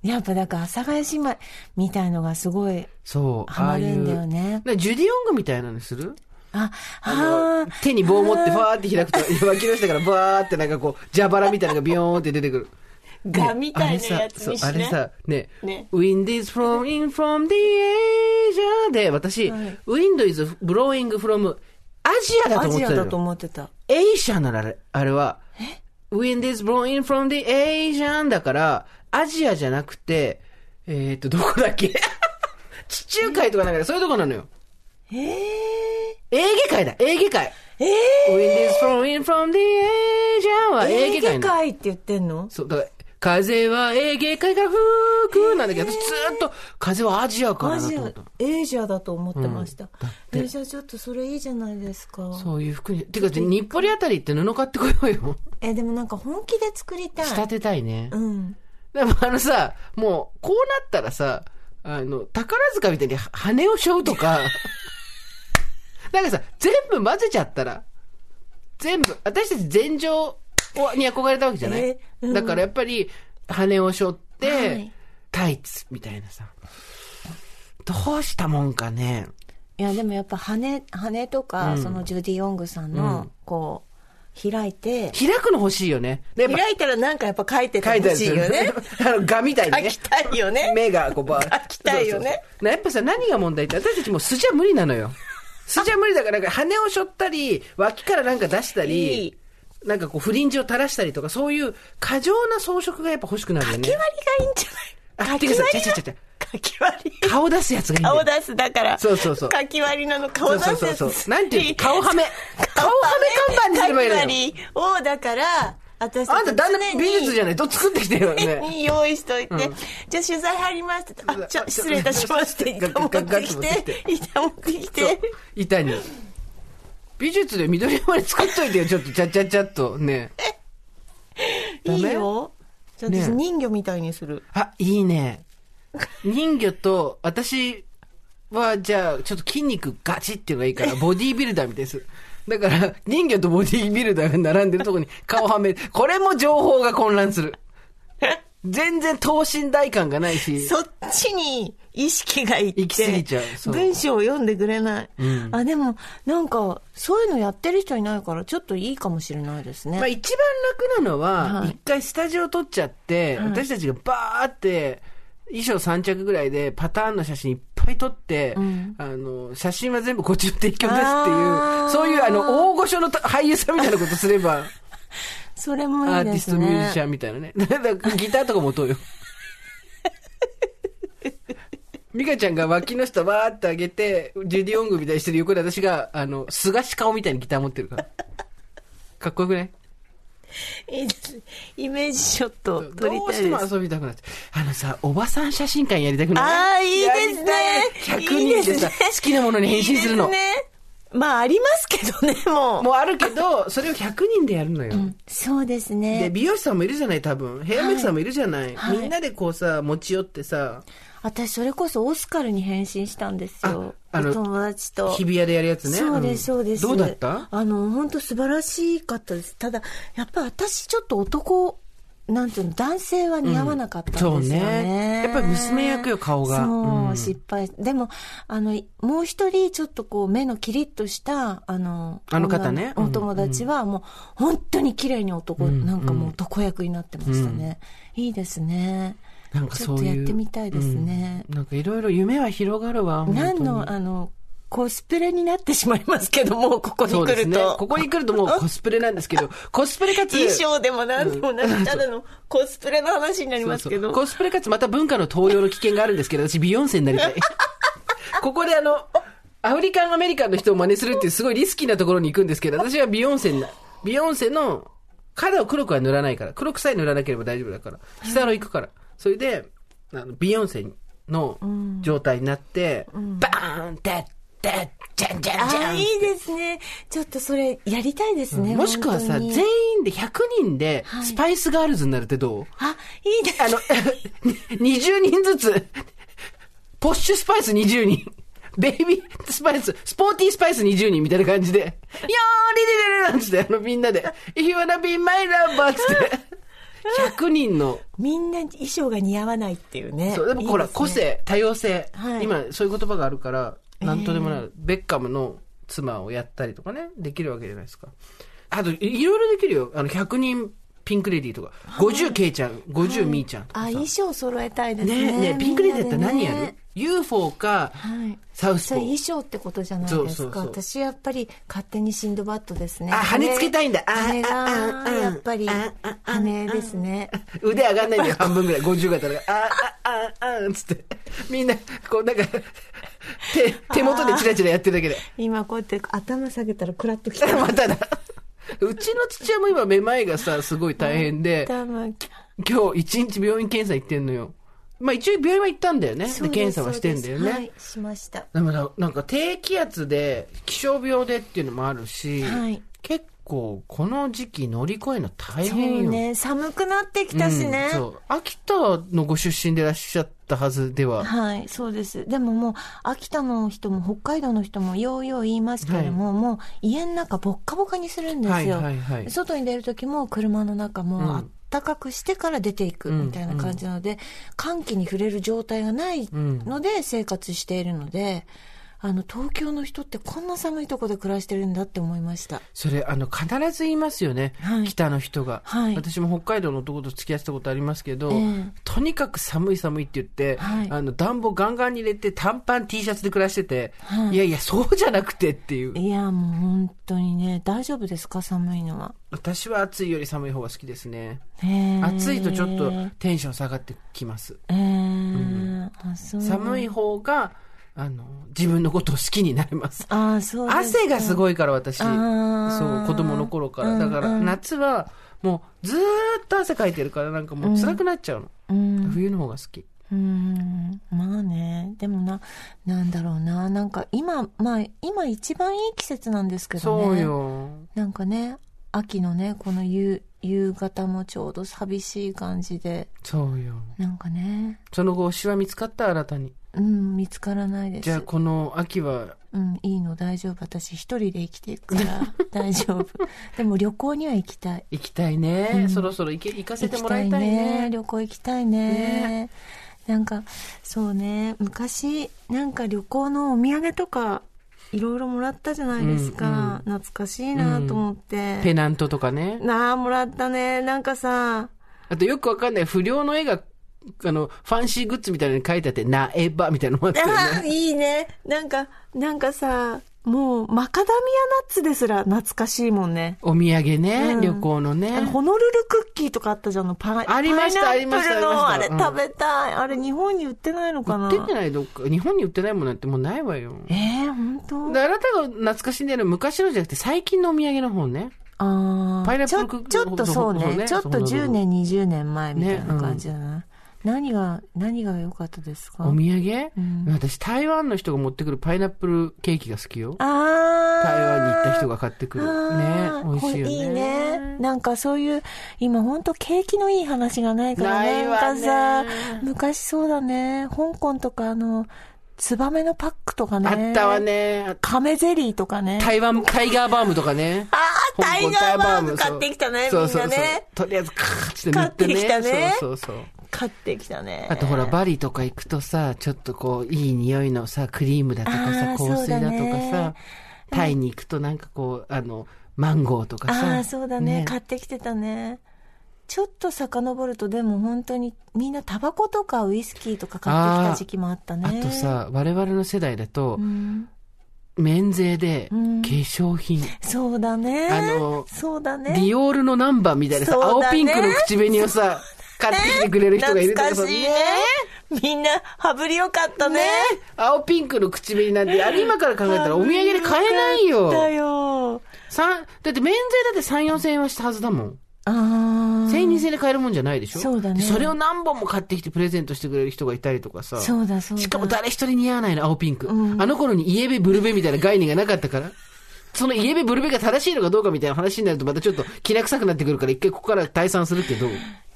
Speaker 3: やっぱなんか阿佐ヶ谷姉妹みたいのがすごい
Speaker 2: そう。
Speaker 3: ハマるんだよ
Speaker 2: ああい
Speaker 3: ね
Speaker 2: う。ねジュディ・オングみたいなのにする
Speaker 3: あ、
Speaker 2: あ
Speaker 3: は
Speaker 2: の
Speaker 3: あ。
Speaker 2: 手に棒持って、
Speaker 3: あー
Speaker 2: ファーって開くと、脇の下からバーってなんかこう、蛇腹みたいなのがビヨーンって出てくる。
Speaker 3: ガ
Speaker 2: ね
Speaker 3: みたいなやつにし
Speaker 2: あれ
Speaker 3: ね
Speaker 2: さ、そうあれさね、
Speaker 3: ね
Speaker 2: Wind is flowing from the Asia で、私、Wind is blowing from アジアだと
Speaker 3: ア
Speaker 2: 思っ
Speaker 3: ジ
Speaker 2: て
Speaker 3: ア
Speaker 2: た
Speaker 3: だと
Speaker 2: のよ。
Speaker 3: 思ってた。
Speaker 2: エイシャならあれ、あれは、Wind is blowing from the Asian だから、アジアじゃなくて、えっ、ー、と、どこだっけ [laughs] 地中海とかなんかねそういうとこなのよ。
Speaker 3: ええ
Speaker 2: エーゲ海だ、エーゲ海。
Speaker 3: ー。え
Speaker 2: Wind is flowing from the Asia は
Speaker 3: ー。
Speaker 2: エー
Speaker 3: エ
Speaker 2: ゲ
Speaker 3: ーゲ
Speaker 2: 海の。
Speaker 3: 海って言ってんの
Speaker 2: そう、だから、風はエーゲ海から吹くなんだけど、私ずーっと、風はアジアから
Speaker 3: ア
Speaker 2: だと
Speaker 3: ジ
Speaker 2: 思
Speaker 3: ア
Speaker 2: った。、
Speaker 3: エージアだと思ってました。えーじゃあちょっとそれいいじゃないですか。
Speaker 2: そういう服に。てか、日暮里あたりって布買ってこようよ。
Speaker 3: えーでもなんか本気で作りたい。
Speaker 2: 仕立てたいね。
Speaker 3: うん。
Speaker 2: でもあのさ、もう、こうなったらさ、あの、宝塚みたいには羽を背負うとか、 [laughs] なんかさ、全部混ぜちゃったら、全部、私たち全情をに憧れたわけじゃない、
Speaker 3: えうん
Speaker 2: だからやっぱり、羽を背負って、
Speaker 3: はい
Speaker 2: タイツみたいなさ、どうしたもんかね。
Speaker 3: いやでもやっぱ羽羽とか、そのジュディ・ヨングさんの、こう開いて
Speaker 2: 開くの欲しいよね。でやっぱ
Speaker 3: 開いたらなんかやっぱ書いてて
Speaker 2: 書いてあ
Speaker 3: ほ
Speaker 2: る
Speaker 3: しいよね
Speaker 2: [laughs] あの、画みたいに
Speaker 3: 書
Speaker 2: ね
Speaker 3: き。たいよね
Speaker 2: 目がこうバーッ
Speaker 3: 飽きたいよね
Speaker 2: そうそうそうなやっぱさ何が問題って私たちもう素じゃ無理なのよ素じゃ無理だからなんか羽をしょったり脇からなんか出したり
Speaker 3: いい
Speaker 2: なんかこうフリンジを垂らしたりとかそういう過剰な装飾がやっぱ欲しくなるよ
Speaker 3: 書き
Speaker 2: ね
Speaker 3: 割りがいいんじゃない
Speaker 2: あ
Speaker 3: 書
Speaker 2: て
Speaker 3: き
Speaker 2: かさ
Speaker 3: 割り
Speaker 2: ちゃちゃちゃち
Speaker 3: 書き割り
Speaker 2: ゃ顔出すやつがいいんだよ
Speaker 3: 顔出すだから
Speaker 2: そうそうそう
Speaker 3: 書き割りなの顔出すやつ
Speaker 2: そうそうそうそうなんていうの顔はめ顔はめ看板にすればいいの
Speaker 3: 書
Speaker 2: よ
Speaker 3: き割りをだから私
Speaker 2: あんただんだん美術じ
Speaker 3: ゃ
Speaker 2: ゃないと作ってきてる
Speaker 3: [laughs]
Speaker 2: よね
Speaker 3: に用意しといて、じゃあ取材入りますって、あ、じゃあ失礼いたしますって、
Speaker 2: ガ
Speaker 3: 板
Speaker 2: ッガ
Speaker 3: 持
Speaker 2: ッガッガ
Speaker 3: って
Speaker 2: ッ
Speaker 3: き
Speaker 2: 持ってき
Speaker 3: て、板持ってきて。
Speaker 2: 板に美術で緑山に作っといてよちょっとちゃちゃちゃっとねダメ
Speaker 3: いいよ。じゃあ私
Speaker 2: ねえ
Speaker 3: 人魚みたいにする。
Speaker 2: あ、いいね。人魚と、私は、じゃあ、ちょっと筋肉ガチっていうのがいいから、ボディービルダーみたいです。だから、人魚とボディービルダーが並んでるとこに顔はめ、これも情報が混乱する。全然等身大感がないし、
Speaker 3: そっちに意識がいって。
Speaker 2: 行き過ぎちゃうそう
Speaker 3: 文章を読んでくれない。あ、でも、なんか、そういうのやってる人いないから、ちょっといいかもしれないですね。
Speaker 2: まあ一番楽なのは、
Speaker 3: はい
Speaker 2: 一回スタジオ撮っちゃって、私たちがバーって、衣装3着ぐらいでパターンの写真いっぱい撮って、あの、写真は全部こっちの提供ですってい
Speaker 3: あー
Speaker 2: う、そういうあの、大御所の俳優さんみたいなことす
Speaker 3: [laughs]
Speaker 2: れば、
Speaker 3: それも
Speaker 2: ア
Speaker 3: い
Speaker 2: ー
Speaker 3: い
Speaker 2: ティ
Speaker 3: で
Speaker 2: ス
Speaker 3: す
Speaker 2: トミ
Speaker 3: ね。
Speaker 2: ュージシャンみたいなね。 [laughs] だからギターとかも音よ。 [laughs] ミカちゃんが脇の下わーって上げて、ジュディ・オングみたいにしてる横で私が、あの、菅氏顔みたいにギター持ってるから。かっこよくない
Speaker 3: いいですイメージショット撮り
Speaker 2: どう
Speaker 3: た
Speaker 2: し
Speaker 3: い
Speaker 2: て
Speaker 3: で
Speaker 2: も
Speaker 3: す。
Speaker 2: 遊びたくなっちゃう。あのさ、おばさん写真館やりたくない
Speaker 3: あーいいですね
Speaker 2: やりたい100人でさ
Speaker 3: いいですね
Speaker 2: 好きなものに変身するの。
Speaker 3: いいですね。まあ、ありますけどね、もう。
Speaker 2: もうあるけど、それを100人でやるのよ。
Speaker 3: そうです
Speaker 2: で、
Speaker 3: ね。
Speaker 2: 美容師さんもいるじゃない、多分。ヘアメイクさんもいるじゃない。
Speaker 3: はい
Speaker 2: みんなでこうさ、持ち寄ってさ、
Speaker 3: 私、それこそオスカルに変身したんですよ。
Speaker 2: ああ
Speaker 3: お
Speaker 2: の
Speaker 3: 友達と。
Speaker 2: 日比谷でやるやつね。
Speaker 3: そうです、
Speaker 2: ん
Speaker 3: そうです。
Speaker 2: どうだった
Speaker 3: あの、本当素晴らしかったです。ただ、やっぱ私ちょっと男、なんていうの、男性は似合わなかったんですよね。
Speaker 2: うんそうねやっぱり娘役よ顔が
Speaker 3: そう、
Speaker 2: うん
Speaker 3: 失敗。でも、あの、もう一人、ちょっとこう、目のキリッとした、あの、
Speaker 2: あの方ね
Speaker 3: 女のお友達は、もう、本当に綺麗に男、なんかもう男役になってましたね。いいですね。
Speaker 2: なんかそういう。
Speaker 3: ちょっとやってみたいですね
Speaker 2: うんなんかいろいろ夢は広がるわ。本当に
Speaker 3: 何の、あの、コスプレになってしまいますけども、ここに
Speaker 2: そう
Speaker 3: 来
Speaker 2: で
Speaker 3: る
Speaker 2: すね。
Speaker 3: と。
Speaker 2: ここに来るともうコスプレなんです
Speaker 3: [laughs]
Speaker 2: けど、コスプレかつ、
Speaker 3: 衣装でも何でもなく、ただのコスプレの話になりますけど。
Speaker 2: コスプレかつまた文化の盗用の危険があるんですけど、私ビヨンセになりたい。
Speaker 3: [laughs]
Speaker 2: ここであの、アフリカンアメリカンの人を真似するっていうすごいリスキーなところに行くんですけど、私はビヨンセにな、ビヨンセの肌を黒くは塗らないから、黒くさえ塗らなければ大丈夫だから、ヒサロ行くから。それで、あのビヨンセの状態になって、バーン、てって、じゃんじゃんじ
Speaker 3: あ
Speaker 2: ゃ
Speaker 3: あ、
Speaker 2: ん
Speaker 3: いいですね。ちょっとそれ、やりたいですね。
Speaker 2: もしくはさ、
Speaker 3: 本当
Speaker 2: 全
Speaker 3: に
Speaker 2: 員で100人で、スパイスガールズになるってどう、
Speaker 3: あ、いいです。
Speaker 2: あの、20人ずつ、ポッシュスパイス20人、ベイビースパイス、スポーティースパイス20人みたいな感じで、よーりりりりなんつって、あのみんなで、If you wanna be my lover っつって、 100人の
Speaker 3: みんな衣装が似合わないっていうね。
Speaker 2: そうでもほら
Speaker 3: いいですね
Speaker 2: 個。性多様性、
Speaker 3: はい
Speaker 2: 今そういう言葉があるから何とでもなる、ベッカムの妻をやったりとかねできるわけじゃないですかあといいろいろできるよあの100人ピンクレディーとか50ケイちゃん50ミーちゃんとか
Speaker 3: あ、
Speaker 2: さ、
Speaker 3: 衣装揃えたいです
Speaker 2: ね
Speaker 3: ね。
Speaker 2: ねピンクレディーって何や
Speaker 3: みんな
Speaker 2: る、
Speaker 3: でね
Speaker 2: UFO か
Speaker 3: はい。
Speaker 2: サウス
Speaker 3: そ
Speaker 2: ポ
Speaker 3: れ衣
Speaker 2: ー
Speaker 3: 装ってことじゃないですか。
Speaker 2: そうそうそう
Speaker 3: 私やっぱり勝手にシンドバッドですね。
Speaker 2: あ羽つけたいんだあ
Speaker 3: 羽
Speaker 2: ああ
Speaker 3: が、
Speaker 2: あ
Speaker 3: やっぱり
Speaker 2: ああ、あ
Speaker 3: 羽ですね。
Speaker 2: 腕上がんないんだよ半分ぐらい50型だからあーあーあーあーつってみんなこうなんか手手元でチラチラやってるだけで
Speaker 3: 今こうやって頭下げたらクラッと
Speaker 2: [laughs]
Speaker 3: きた。
Speaker 2: まただ。うちの父親も今めまいがさ、すごい大変で、
Speaker 3: 頭
Speaker 2: 今日一日病院検査行ってんのよ。まあ一応病院は行ったんだよね。で検査はしてんだよね。
Speaker 3: はい、しました。
Speaker 2: でもななんか低気圧で、気象病でっていうのもあるし、
Speaker 3: はい
Speaker 2: 結構この時期乗り越えるの大
Speaker 3: そう
Speaker 2: 変よ。
Speaker 3: ね、寒くなってきたしね。
Speaker 2: うんそう。秋田のご出身でいらっしゃったはずでは、
Speaker 3: はい、そうです。でももう、秋田の人も北海道の人もようよう言いますけれども、もう家の中ぼっかぼかにするんですよ。
Speaker 2: はいはいはい
Speaker 3: 外に出る時も車の中
Speaker 2: うん
Speaker 3: もあったかくしてから出ていくみたいな感じなので、寒気に触れる状態がないので生活しているので、あの、東京の人ってこんな寒いとこで暮らしてるんだって思いました。
Speaker 2: それ、あの、必ず言いますよね。
Speaker 3: はい
Speaker 2: 北の人が、
Speaker 3: はい
Speaker 2: 私も北海道の男と付き合ってたことありますけど、
Speaker 3: ええ
Speaker 2: とにかく寒い寒いって言って、
Speaker 3: はい
Speaker 2: あの、暖房ガンガンに入れて短パン T シャツで暮らしてて、、
Speaker 3: はいい
Speaker 2: やいや、そうじゃなくてっていう。
Speaker 3: いや、もう本当にね、大丈夫ですか寒いのは。
Speaker 2: 私は暑いより寒い方が好きですね。
Speaker 3: へえ
Speaker 2: 暑いとちょっとテンション下がってきます。
Speaker 3: えーあそう
Speaker 2: 寒い方が、あの、自分のことを好きになれます。
Speaker 3: ああそうですか
Speaker 2: 汗がすごいから私、そ
Speaker 3: あー
Speaker 2: う、子供の頃か
Speaker 3: う
Speaker 2: ら。
Speaker 3: ん
Speaker 2: だから、夏は、もう、ずーっと汗かいてるから、なんかもう辛くなっちゃうの。
Speaker 3: うん
Speaker 2: 冬の方が好き。
Speaker 3: うんまあねでもななんだろうななんか今まあ今一番いい季節なんですけどね
Speaker 2: そうよ。
Speaker 3: なんかね秋のねこの夕夕方もちょうど寂しい感じで
Speaker 2: そうよ。
Speaker 3: なんかね
Speaker 2: その後、詩は見つかった新たに。
Speaker 3: うん見つからないです
Speaker 2: じゃあ、この秋は、
Speaker 3: うんいいの大丈夫私一人で生きていくから
Speaker 2: [laughs]
Speaker 3: 大丈夫でも旅行には行きたい
Speaker 2: 行きたいね。そろそろ行け行かせてもらいたいね。
Speaker 3: 旅行行きたいねなんかそうね昔なんか旅行のお土産とかいろいろもらったじゃないですか、懐かしいなと思って、
Speaker 2: ペナントとかね。
Speaker 3: なあもらったねなんかさ
Speaker 2: あと、よくわかんない不良の絵が、あの、ファンシーグッズみたいなのに書いてあって、なえばみたいなのもあったよね。
Speaker 3: [laughs] あいいねなんかなんかさもうマカダミアナッツですら懐かしいもんね
Speaker 2: お土産ね、
Speaker 3: うん
Speaker 2: 旅行の
Speaker 3: あの
Speaker 2: ね。
Speaker 3: ホノルルクッキーとかあったじゃんあのパイ
Speaker 2: ありました
Speaker 3: パイナップルの
Speaker 2: あ
Speaker 3: あ
Speaker 2: り
Speaker 3: れ
Speaker 2: ましたあり
Speaker 3: 食べ
Speaker 2: ま
Speaker 3: たい、あれ日本に売ってないのか
Speaker 2: 売
Speaker 3: な
Speaker 2: ってんじゃないどっか。日本に売ってないものなんてもうないわよ。
Speaker 3: えー、本当
Speaker 2: であなたが懐かしんでるのは昔のじゃなくて最近のお土産の方ね。
Speaker 3: あ
Speaker 2: パイナ
Speaker 3: あ
Speaker 2: ップルクッキー
Speaker 3: ちょちょっとそう
Speaker 2: そうそうね
Speaker 3: ねちょっと
Speaker 2: そうそう
Speaker 3: 10年20年前みたい
Speaker 2: ね
Speaker 3: な
Speaker 2: うん
Speaker 3: 感じだな、何が何が良かったですか
Speaker 2: お土産、
Speaker 3: うん
Speaker 2: 私、台湾の人が持ってくるパイナップルケーキが好きよ。
Speaker 3: ああ
Speaker 2: 台湾に行った人
Speaker 3: が
Speaker 2: が買ってくる。ね
Speaker 3: あー
Speaker 2: 美味しいよね。
Speaker 3: これいいねなんかそういう今本当景気のいい話がないから
Speaker 2: ないわね
Speaker 3: なんかさ昔そうだね香港とかあのツバメのパックとかね
Speaker 2: あったわね。
Speaker 3: 亀ゼリーとかね
Speaker 2: 台湾、タイガーバームとかね。
Speaker 3: ああタイガ
Speaker 2: 香
Speaker 3: ー
Speaker 2: 港
Speaker 3: バー
Speaker 2: そ
Speaker 3: ム
Speaker 2: う
Speaker 3: 買ってきたねみん
Speaker 2: そうそ
Speaker 3: な
Speaker 2: うそう
Speaker 3: ね。
Speaker 2: とりあえず、カーッて塗ってね。
Speaker 3: 買ってきたね
Speaker 2: そうそうそう。
Speaker 3: 買ってきたね
Speaker 2: あとほら、バリとか行くとさ、ちょっとこう、いい匂いのさ、クリームだとかさ
Speaker 3: あ、ー
Speaker 2: 香水だとか
Speaker 3: そうだ
Speaker 2: さ
Speaker 3: ね、
Speaker 2: タイに行くとなんかこう、あの、マンゴーとかさ。
Speaker 3: ああそうだね買ってきてたねちょっと遡るとでも本当にみんなタバコとかウイスキーとか買ってきた時期もあったね
Speaker 2: あとさ、我々の世代だと
Speaker 3: う、ん
Speaker 2: 免税で、化
Speaker 3: うん
Speaker 2: 粧品、
Speaker 3: そうだね
Speaker 2: あの
Speaker 3: そうだ
Speaker 2: デ
Speaker 3: ね
Speaker 2: ィオールのナンバーみたいなさ、
Speaker 3: そうだね
Speaker 2: 青ピンクの口紅をさ、買ってきてくれる人がいるとかさ
Speaker 3: 懐かしいねみんな羽振りよかったね
Speaker 2: ね青ピンクの口紅なんて、あれ今から考えたらお土産で買えないよ。
Speaker 3: だよ
Speaker 2: さんだって免税だって3、4千円はしたはずだもん。
Speaker 3: あー
Speaker 2: 1000円2000円で買えるもんじゃないでしょ
Speaker 3: そうだね
Speaker 2: でそれを何本も買ってきてプレゼントしてくれる人がいたりとかさ。
Speaker 3: そうだそうだ
Speaker 2: しかも誰一人似合わないの、青ピンク。
Speaker 3: うん
Speaker 2: あの頃にイエベブルベみたいな概念がなかったから。そのイエベブルベが正しいのかどうかみたいな話になるとまたちょっときな臭くなってくるから一回ここから退散するけど。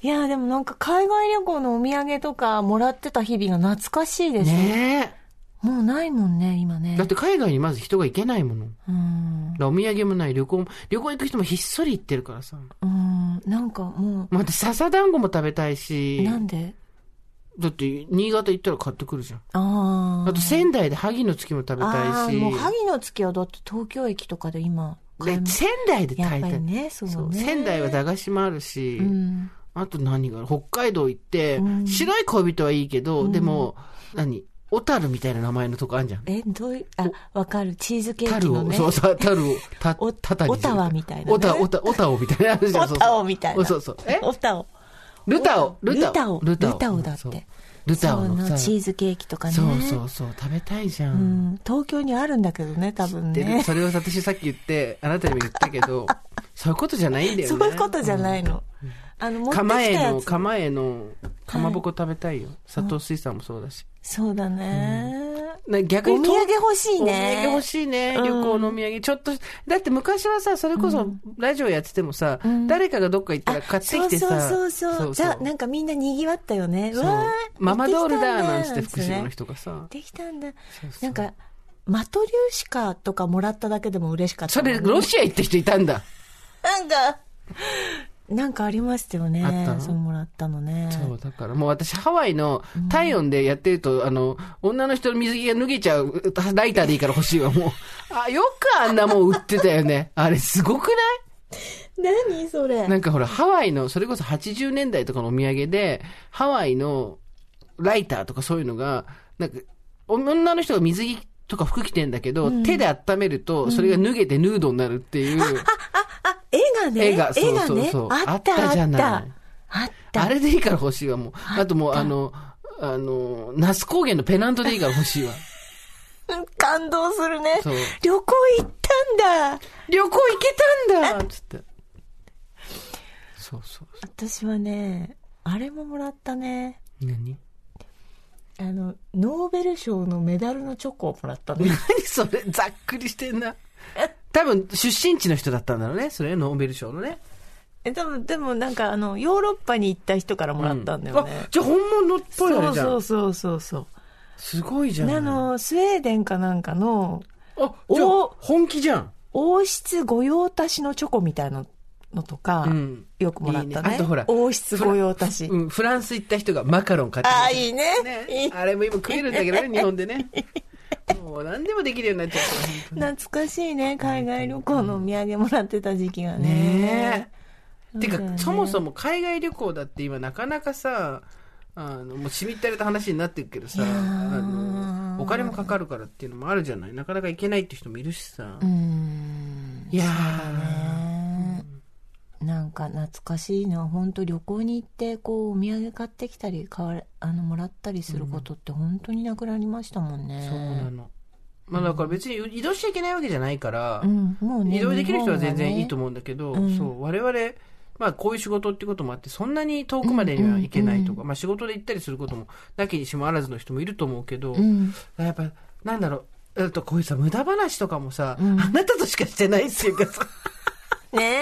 Speaker 3: いやでもなんか海外旅行のお土産とかもらってた日々が懐かしいですね
Speaker 2: ね
Speaker 3: もうないもんね今ね
Speaker 2: え。だって海外にまず人が行けないもの。だか
Speaker 3: うん
Speaker 2: らお土産もない旅行も、旅行行く人もひっそり行ってるからさ。
Speaker 3: うんなんかも
Speaker 2: また笹団子も食べたいし
Speaker 3: う、なんで
Speaker 2: だって新潟行ったら買ってくるじゃん。
Speaker 3: ああ
Speaker 2: あと仙台で萩の月も食べ
Speaker 3: あ
Speaker 2: たい
Speaker 3: ー
Speaker 2: し。
Speaker 3: もう萩の月はだって東京駅とかで今買い
Speaker 2: で
Speaker 3: 物
Speaker 2: 仙台で
Speaker 3: や
Speaker 2: 炊
Speaker 3: っ
Speaker 2: い
Speaker 3: ぱ
Speaker 2: た
Speaker 3: り
Speaker 2: い、
Speaker 3: ねそうね
Speaker 2: そう仙台は駄菓子もあるし、
Speaker 3: うん
Speaker 2: あと何がある北海道行って、
Speaker 3: うん
Speaker 2: 白い恋人はいいけど、でも、何小樽みたいな名前のとこあんじゃん。
Speaker 3: えどういうあわかるチーズケーキ
Speaker 2: 樽
Speaker 3: の
Speaker 2: を、
Speaker 3: ね
Speaker 2: そうそう、樽を、た、
Speaker 3: お
Speaker 2: たたにする
Speaker 3: オタワみたいなね
Speaker 2: オタ、オタ、オタオみたいなのあるじゃん。
Speaker 3: オタオみたいな
Speaker 2: そうそう。そうそうえ
Speaker 3: おたお
Speaker 2: ルタオ、
Speaker 3: ルタオ
Speaker 2: ルタオ。
Speaker 3: ルタオだって
Speaker 2: そう。ルタオの
Speaker 3: そ
Speaker 2: さ
Speaker 3: のチーズケーキとかね
Speaker 2: そうそうそう、食べたいじゃ。
Speaker 3: うんん東京にあるんだけどね多分
Speaker 2: で
Speaker 3: ね
Speaker 2: それを私さっき言って、あなたにも言った
Speaker 3: [laughs]
Speaker 2: けど、そういうことじゃないんだよね。
Speaker 3: そういうことじゃないのあの持ってき
Speaker 2: 釜
Speaker 3: た
Speaker 2: え
Speaker 3: や
Speaker 2: の、
Speaker 3: つ
Speaker 2: 釜えの、かまぼこ食べたいよ。砂糖水産もそうだし。
Speaker 3: そうだね
Speaker 2: な逆
Speaker 3: お土
Speaker 2: にと
Speaker 3: 産欲しい
Speaker 2: お土
Speaker 3: ね
Speaker 2: 産欲しいね。旅行のお土産。ちょっと、だって昔はさ、それこそラジオやっててもさ、誰かがどっか行ったら買ってきてさ。
Speaker 3: そうそうそうそうじゃあなんかみんなにぎわったよねう
Speaker 2: そう
Speaker 3: わー
Speaker 2: ママドールだなんつって
Speaker 3: 持き
Speaker 2: 福
Speaker 3: たんだ
Speaker 2: 島の人がさ。
Speaker 3: できたんだ
Speaker 2: そうそう
Speaker 3: なんかマトリューシカとかもらっただけでも嬉しかった
Speaker 2: そ
Speaker 3: もんね
Speaker 2: れ、ロシア行った人いたんだ。
Speaker 3: なんかなんかありましたよね
Speaker 2: あったの
Speaker 3: そうもらったのね
Speaker 2: そう、だからもう私、ハワイの体温でやってると、あの、女の人の水着が脱げちゃう、ライターでいいから欲しいわ、もう。あ、よくあんなもん売ってたよね。 [laughs] あれ、すごくない
Speaker 3: 何それ
Speaker 2: なんかほら、ハワイの、それこそ80年代とかのお土産で、ハワイのライターとかそういうのが、なんか、お女の人が水着とか服着てんだけど、手で温めると、それが脱げてヌードになるっていう、
Speaker 3: [laughs] あ絵がね
Speaker 2: 絵がそうそう
Speaker 3: ね
Speaker 2: そう
Speaker 3: あった
Speaker 2: あったじゃない
Speaker 3: あったあった
Speaker 2: あれでいいから欲しいわ、もう。あともう、あの、あの、那須高原のペナントでいいから
Speaker 3: [laughs]
Speaker 2: 欲しいわ。
Speaker 3: うん感動するね
Speaker 2: そう
Speaker 3: 旅行行ったんだ
Speaker 2: 旅行行けたんだつって。そうそうそ
Speaker 3: 私はねあれももらったね
Speaker 2: う。何 [laughs]
Speaker 3: あのノーベル賞のメダルのチョコをもらったの
Speaker 2: 何それざっくりしてんな。多分、出身地の人だったんだろうね。それ、ノーベル賞のね。
Speaker 3: えでもでもなんかあのヨーロッパに行った人からもらったんだよね、
Speaker 2: あ、じゃあ本物っぽいわ
Speaker 3: そ
Speaker 2: ね
Speaker 3: う
Speaker 2: じゃ
Speaker 3: そ
Speaker 2: ん
Speaker 3: うそうそうそう
Speaker 2: すごいじゃん。
Speaker 3: あのスウェーデンかなんかの
Speaker 2: あ、じゃあ
Speaker 3: お
Speaker 2: 本気じゃん。
Speaker 3: 王室御用達のチョコみたいなのとか、
Speaker 2: うん
Speaker 3: よくもらったね
Speaker 2: いいねあとほら
Speaker 3: 王室御用達、
Speaker 2: うん、フランス行った人がマカロン買ってきた
Speaker 3: [laughs] ああいいね [laughs] いい
Speaker 2: あれも今食えるんだけどね、日本でね。もう何でもできるようになっちゃった。
Speaker 3: 懐かしいね海外旅行のお土産もらってた時期がね
Speaker 2: ねえ。て
Speaker 3: だ
Speaker 2: か、
Speaker 3: よね
Speaker 2: そもそも海外旅行だって今なかなかさ、あの、もうしみったれた話になってるけどさ、あの、お金もかかるからっていうのもあるじゃない。なかなか行けないって人もいるしさ。
Speaker 3: うん
Speaker 2: いやー、
Speaker 3: ねなんか懐かしいな本当旅行に行ってこうお土産買ってきたり買われあのもらったりすることって本当になくなりましたもんね、
Speaker 2: そうなの。まあだから別に移動しちゃいけないわけじゃないから、
Speaker 3: うんもうね
Speaker 2: 移動できる人は全然いいと
Speaker 3: 思
Speaker 2: 思うんだけど、
Speaker 3: ん
Speaker 2: そう、我々、まあこういう仕事ってこともあって、そんなに遠くまでには行けないとか、まあ仕事で行ったりすることも、なきにしもあらずの人もいると思うけど、
Speaker 3: うん
Speaker 2: やっぱ、なんだろう、えっと、こういうさ、無駄話とかもさ、あなたとしかしてないっていうかさ、
Speaker 3: ね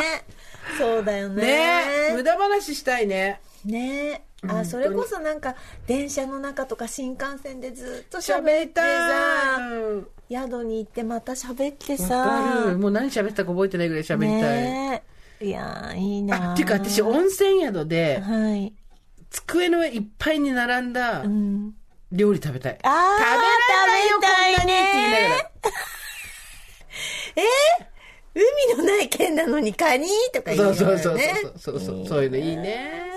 Speaker 3: そうだ [laughs] よね
Speaker 2: ねえ無駄話したいね。
Speaker 3: ねあそれこそなんか電車の中とか新幹線でずっと
Speaker 2: 喋
Speaker 3: 喋っ
Speaker 2: り
Speaker 3: て
Speaker 2: たい
Speaker 3: さ。
Speaker 2: うん
Speaker 3: 宿に行ってまた喋って
Speaker 2: わか
Speaker 3: さ
Speaker 2: る。もう何喋ってたか覚えてないぐらい喋りたい。
Speaker 3: ねえいやーいいな
Speaker 2: あ、っていうか私、温泉宿で、
Speaker 3: はい、
Speaker 2: 机の上いっぱいに並んだ
Speaker 3: うん、
Speaker 2: 料理食べたい。
Speaker 3: あー
Speaker 2: 食べられないよ、
Speaker 3: 食べたい
Speaker 2: こんなにって言いながら。
Speaker 3: 海のない県なのにカニとか言いな
Speaker 2: そう
Speaker 3: が
Speaker 2: そ
Speaker 3: ら
Speaker 2: うそう
Speaker 3: ね
Speaker 2: そうそうそうそういうのいいね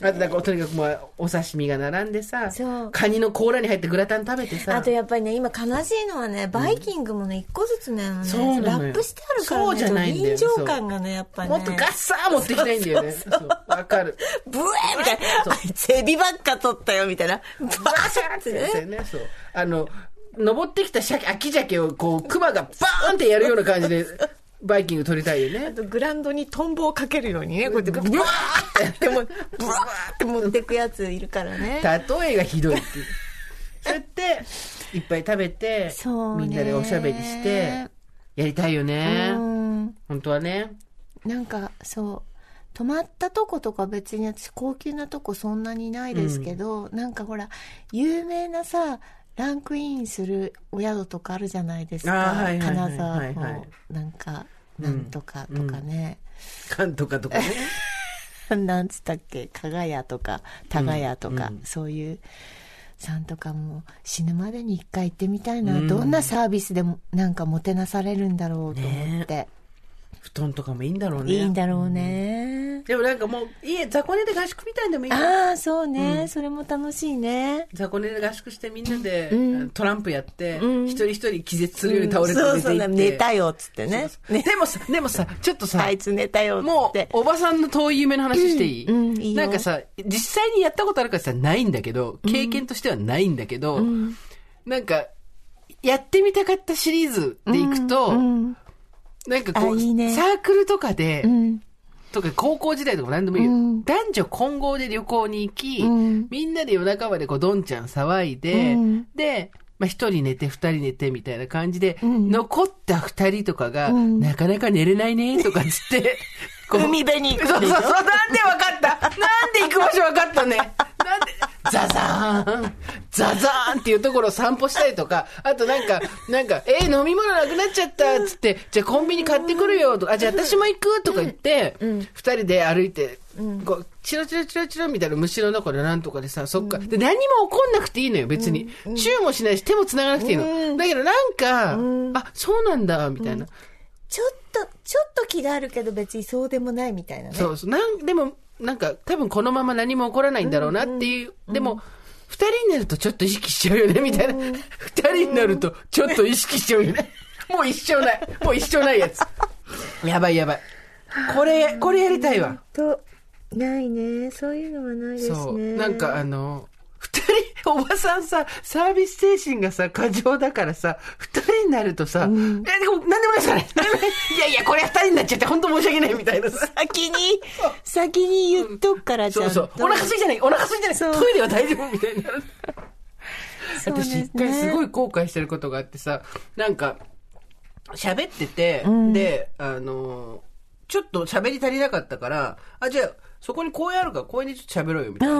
Speaker 2: あとなんかとにかくもうお刺身が並んでさ
Speaker 3: そう
Speaker 2: カニの甲羅に入ってグラタン食べてさ
Speaker 3: あとやっぱりね今悲しいのはねバイキングもね一個ずつね,、
Speaker 2: そうな
Speaker 3: ラ
Speaker 2: のよ
Speaker 3: ップしてあるからね
Speaker 2: そうじゃないんだよ
Speaker 3: ちょっと臨場感がねやっぱね
Speaker 2: もっとガッサー持ってきたいんだよねそうわかる
Speaker 3: ブエーみたいなあいつエビばっか取ったよみたいなバーって
Speaker 2: そう
Speaker 3: ね
Speaker 2: ねそうあの登ってきた鮭秋鮭をこう熊がバーンってやるような感じでバイキング取りたいよね
Speaker 3: グラウンドにトンボをかけるようにねこうやってブワーってもうブワーって持ってくやついるからね
Speaker 2: 例えがひどいっていうそうやっていっぱい食べて
Speaker 3: そうね
Speaker 2: みんなでおしゃべりしてやりたいよね
Speaker 3: うん
Speaker 2: 本当はね
Speaker 3: なんかそう泊まったとことか別に私高級なとこそんなにないですけど、なんかほら有名なさランクインするお宿とかあるじゃないですか
Speaker 2: あーはいはいはいはいはい
Speaker 3: 金沢のなんかなんとかとかね、
Speaker 6: かんとかと
Speaker 2: [laughs]
Speaker 6: かね。
Speaker 3: なんつったっけ、かがやとか、たがやとか、そういう、さんとかも死ぬまでに一回行ってみたいな、どんなサービスでもなんかもてなされるんだろうと思って。
Speaker 6: 布団とかもいいんだろうね。
Speaker 3: いいんだろうね。
Speaker 6: でもなんかもう、家、雑魚寝で合宿みたいでもいいよ
Speaker 3: ああ、そうね、それも楽しいね。
Speaker 6: 雑魚寝で合宿してみんなで、トランプやって、一人一人気絶するように倒れて
Speaker 3: そう
Speaker 6: 寝て
Speaker 3: そ
Speaker 6: いうって、
Speaker 3: 寝たよっつってね。ね
Speaker 6: でもさ、でもさ、ちょっとさ、
Speaker 3: あいつ寝たよっつ
Speaker 2: も
Speaker 3: っ
Speaker 2: う
Speaker 3: て、。
Speaker 2: おばさんの遠い夢の話していい、
Speaker 3: うんうんいいよ
Speaker 2: なんかさ、実際にやったことあるかってさ、ないんだけど、経験としてはないんだけど、なんか、やってみたかったシリーズでいくと、
Speaker 3: うん
Speaker 2: なんかこう
Speaker 3: あいいね
Speaker 2: サークルとかで、
Speaker 3: うん
Speaker 2: とか高校時代とか何でもいいよ。
Speaker 3: うん
Speaker 2: 男女混合で旅行に行き、
Speaker 3: うん
Speaker 2: みんなで夜中までこう、どんちゃん騒いで、
Speaker 3: うん
Speaker 2: で、まあ、一人寝て、二人寝てみたいな感じで、
Speaker 3: ん
Speaker 2: 残った二人とかが、
Speaker 3: ん
Speaker 2: なかなか寝れないね、とかっ
Speaker 3: [laughs]
Speaker 2: つって、こう
Speaker 3: 海辺に行く
Speaker 2: そうそうそ
Speaker 3: でし
Speaker 2: う。なん
Speaker 3: ょ
Speaker 2: でわかったなんで行く場所わかったねなんで、ザザーンザザーンっていうところを散歩したりとか、あとなんか、なんか、えー飲み物なくなっちゃったっつって、じゃあコンビニ買ってくるよとか、あ、じゃあ私も行くとか言って、二、人で歩いて、こう、チロチロチロチロみたいな虫の中でなんとかでさ、そっか。で、何も起こんなくていいのよ、別に。チューもしないし、手も繋がなくていいの。だけどなんか、あ、そうなんだ、みたいな。
Speaker 3: [laughs] ちょっと、ちょっと気があるけど別にそうでもないみたいなね。
Speaker 2: そうそうなんでもなんか多分このまま何も起こらないんだろうなっていう、でも2人になるとちょっと意識しちゃうよねみたいな、2人になるとちょっと意識しちゃうよね [laughs] もう一生ないもう一生ないやつやばいやばいこれこれやりたいわ
Speaker 3: と、ないね。そういうのはないですね。
Speaker 2: そうなんかあの2人おばさんさサービス精神がさ過剰だからさ2人になるとさ、えでも何でもないですからね何でもないいやいやこれ2人になっちゃって本当申し訳ないみたいなさ
Speaker 3: 先に、先に言っとくからじゃ
Speaker 2: そ
Speaker 3: ん
Speaker 2: う
Speaker 3: と
Speaker 2: そう。お腹空いてない、お腹空いてない、
Speaker 3: そう
Speaker 2: トイレは大丈夫みたいになる。
Speaker 3: [laughs] そうです
Speaker 2: 私
Speaker 3: ね
Speaker 2: 一回すごい後悔してることがあってさ、なんか、喋ってて、で、あのー、ちょっと喋り足りなかったから、あ、じゃあ、そこに公園あるから公園でちょっと喋ろうよみたいな
Speaker 3: あ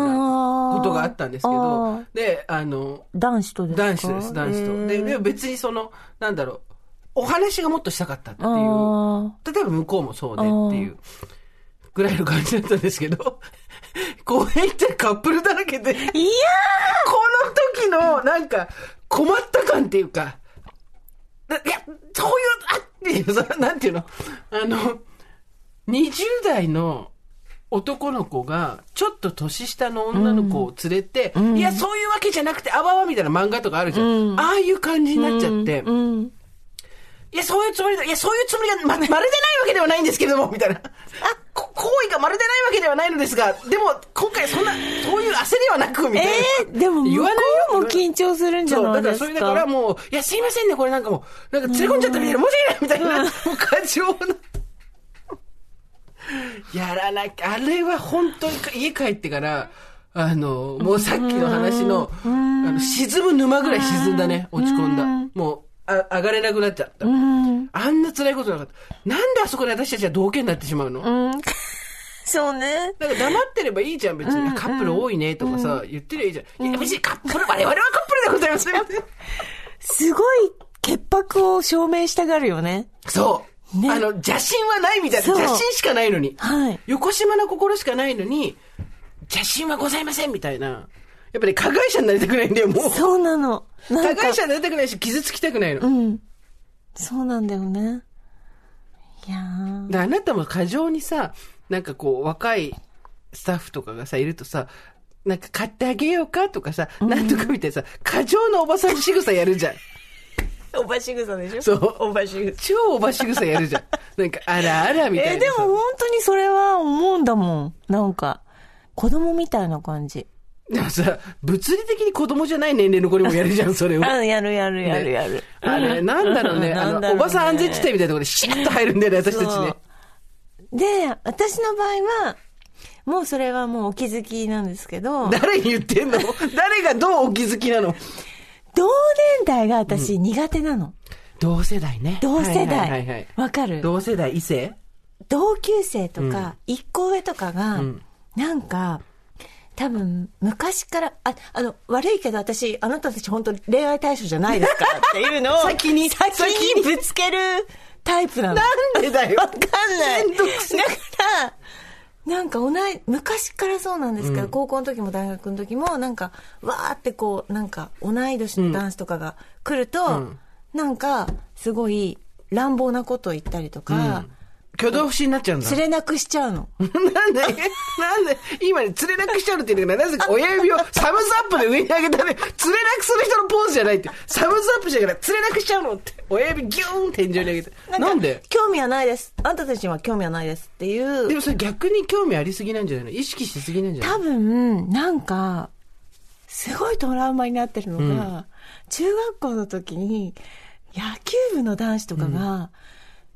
Speaker 3: ー
Speaker 2: ことがあったんですけ
Speaker 3: あ
Speaker 2: ど
Speaker 3: ー、
Speaker 2: で、あの、
Speaker 3: 男子とですか
Speaker 2: 男子とです、男子と。で、でも別にその、なんだろう、お話がもっとしたかったっていう。例えば向こうもそうでっていうぐらいの感じだったんですけど、公園行ったらカップルだらけで、こ
Speaker 3: いや
Speaker 2: の時のなんか困った感っていうか、ないや、そういう、あっていうさ、なんていうの、あの、20代の男の子が、ちょっと年下の女の子を連れて、いや、そういうわけじゃなくて、あわわみたいな漫画とかあるじゃん。ああいう感じになっちゃって、
Speaker 3: うん。
Speaker 2: いや、そういうつもりだ。いや、そういうつもりが、ま、まるでないわけではないんですけれども、みたいな。あ、こ行為がまるでないわけではないのですが、でも、今回そんな、そういう焦りはなく、みたいな。
Speaker 3: えー、でも向こうも緊張するんじゃ
Speaker 2: そう、
Speaker 3: な
Speaker 2: だ
Speaker 3: い
Speaker 2: か
Speaker 3: で
Speaker 2: ら
Speaker 3: す
Speaker 2: そ
Speaker 3: か。
Speaker 2: れだからもう、いや、すいませんね、これなんかもう、なんか連れ込んじゃったみたいな、申し訳ないみたいな、もう過剰な。やらなきゃ、あれは本当に家帰ってから、あの、もうさっきの話の、あの、沈む沼ぐらい沈んだね、落ち込んだ。もう、あ上がれなくなっちゃった。あんな辛いことなかった。なんであそこで私たちは同型になってしまうの
Speaker 3: うん。そうね。
Speaker 2: なんか黙ってればいいじゃん、別に。カップル多いね、とかさ、言ってりゃいいじゃん。いや、別にカップル、我々はカップルでございます。
Speaker 3: すごい潔白を証明したがるよね。
Speaker 2: そう。
Speaker 3: ね
Speaker 2: あの、邪神はないみたいな。
Speaker 3: そう
Speaker 2: 邪神しかないのに。
Speaker 3: はい
Speaker 2: 横島な心しかないのに、邪神はございませんみたいな。やっぱり加害者になりたくないんだよ、もう。
Speaker 3: そうなの。な
Speaker 2: 加
Speaker 3: んか
Speaker 2: 害者になりたくないし、傷つきたくないの。
Speaker 3: うん。そうなんだよね。いやー
Speaker 2: であなたも過剰にさ、なんかこう、若いスタッフとかがさ、いるとさ、なんか買ってあげようかとかさ、なんとかみたいなさ、過剰なおばさん仕草やるじゃん。
Speaker 3: [laughs] おばしぐさでしょ
Speaker 2: そう
Speaker 3: おばしぐさ。
Speaker 2: 超おば仕草や [laughs] るじゃん。なんか、あらあらみた
Speaker 3: えー、
Speaker 2: いな
Speaker 3: で
Speaker 2: さ。
Speaker 3: も本当にそれは思うんだもん。なんか、子供みたいな感じ。
Speaker 2: でもさ、物理的に子供じゃない年齢の子にもやるじゃん、それを。
Speaker 3: うん、やるやるやるやる。
Speaker 2: あれ、なんだろうね。
Speaker 3: うん
Speaker 2: あ
Speaker 3: なんだ
Speaker 2: の、
Speaker 3: ろう
Speaker 2: お
Speaker 3: ね
Speaker 2: ばさん安全地帯みたいなところでシャッと入るんだよね、私たちね。
Speaker 3: で、私の場合は、もうそれはもうお気づきなんですけど、
Speaker 2: 誰に言ってん [laughs] の誰がどうお気づきなの
Speaker 3: 同年代が私苦手なの。
Speaker 2: 同世代ね。
Speaker 3: 同世
Speaker 2: はいはいはいはい
Speaker 3: 代。わかる
Speaker 6: 同世代、異性
Speaker 3: 同級生とか、一個上とかが、なんか、多分、昔から、あ、あの、悪いけど私、あなたたち本当恋愛対象じゃないですからっていうのを、
Speaker 2: [laughs] 先に
Speaker 3: 先
Speaker 2: 先に
Speaker 3: にぶつける
Speaker 4: タイプなの。
Speaker 2: なんで [laughs] だよ
Speaker 4: わかんない。だから、なんか同い、昔からそうなんですけど、高校の時も大学の時も、なんか、わーってこう、なんか、同い年の男子とかが来ると、なんか、すごい乱暴なことを言ったりとか、
Speaker 2: 挙動不審になっちゃうんだ
Speaker 4: 連。れなくしちゃうの。
Speaker 2: なんで、なんで、今ね、連れなくしちゃうって言うから、なぜか親指をサムズアップで上に上げたね、連れなくする人のポーズじゃないって、サムズアップじゃなくて、連れなくしちゃうのって、親指ギューン天井に上げて。なん
Speaker 4: か
Speaker 2: で
Speaker 4: 興味はないです。あんたたちには興味はないですっていう。
Speaker 2: でもそれ逆に興味ありすぎなんじゃないの意識しすぎなんじゃない
Speaker 4: 多分なんかすごいトラウマになってるのが、中学校の時に野球部の男子とかが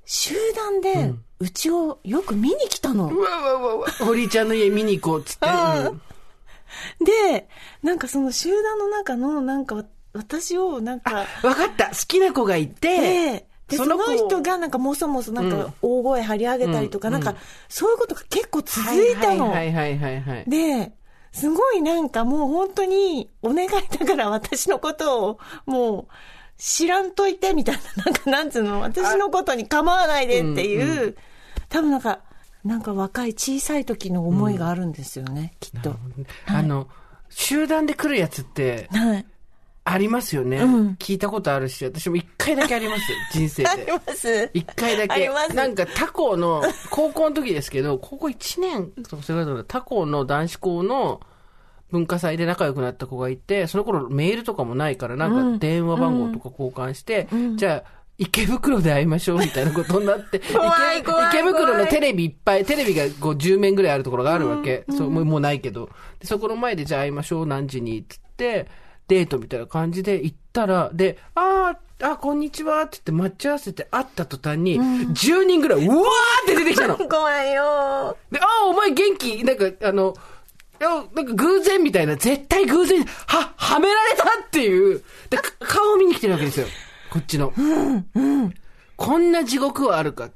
Speaker 4: 集団でうちをよく見に来たの、
Speaker 2: うわうわうわうわ、堀井ちゃんの家見に行こうっつって。うん
Speaker 4: でなんかその集団の中のなんか私をなんか
Speaker 2: わかった、好きな子がいて、
Speaker 4: でで
Speaker 2: そ
Speaker 4: そ
Speaker 2: の
Speaker 4: の
Speaker 2: 子
Speaker 4: 人がなんかもそもそなんか大声張り上げたりとか、なんかそういうことが結構続いたの、
Speaker 2: はいはいはいはいはい。
Speaker 4: で、すごいなんかもう本当にお願いだから私のことをもう知らんといてみたいな、なんかなんつうの、私のことに構わないでっていう、多分なんか、なんか若い小さい時の思いがあるんですよね、きっと。
Speaker 2: あの、集団で来るやつって、
Speaker 4: はい。
Speaker 2: ありますよね、聞いたことあるし、私も一回だけありますよ、人生
Speaker 4: あ
Speaker 2: で
Speaker 4: [laughs] り。ます
Speaker 2: 一回だけ。
Speaker 4: あります
Speaker 2: なんか他校の、高校の時ですけど、高校1年とかそれぐらいだったかな他校の男子校の文化祭で仲良くなった子がいて、その頃メールとかもないから、なんか電話番号とか交換して、じゃあ、池袋で会いましょうみたいなことになって、
Speaker 4: [laughs] 怖い
Speaker 2: 池
Speaker 4: 怖い
Speaker 2: 池袋のテレビいっぱい、テレビがこう10面ぐらいあるところがあるわけ。そうもうもうないけど。で、そこの前でじゃあ会いましょう、何時に、つって、デートみたいな感じで行ったら、で、あー、あ、こんにちはって言って待ち合わせて会った途端に、10人ぐらい、うわーって出てきたの。
Speaker 4: 怖いよ
Speaker 2: で、ああ、お前元気なんか、あの、いやなんか偶然みたいな、絶対偶然、は、はめられたっていう、でか [laughs] 顔を見に来てるわけですよ。こっちの。こんな地獄はあるか。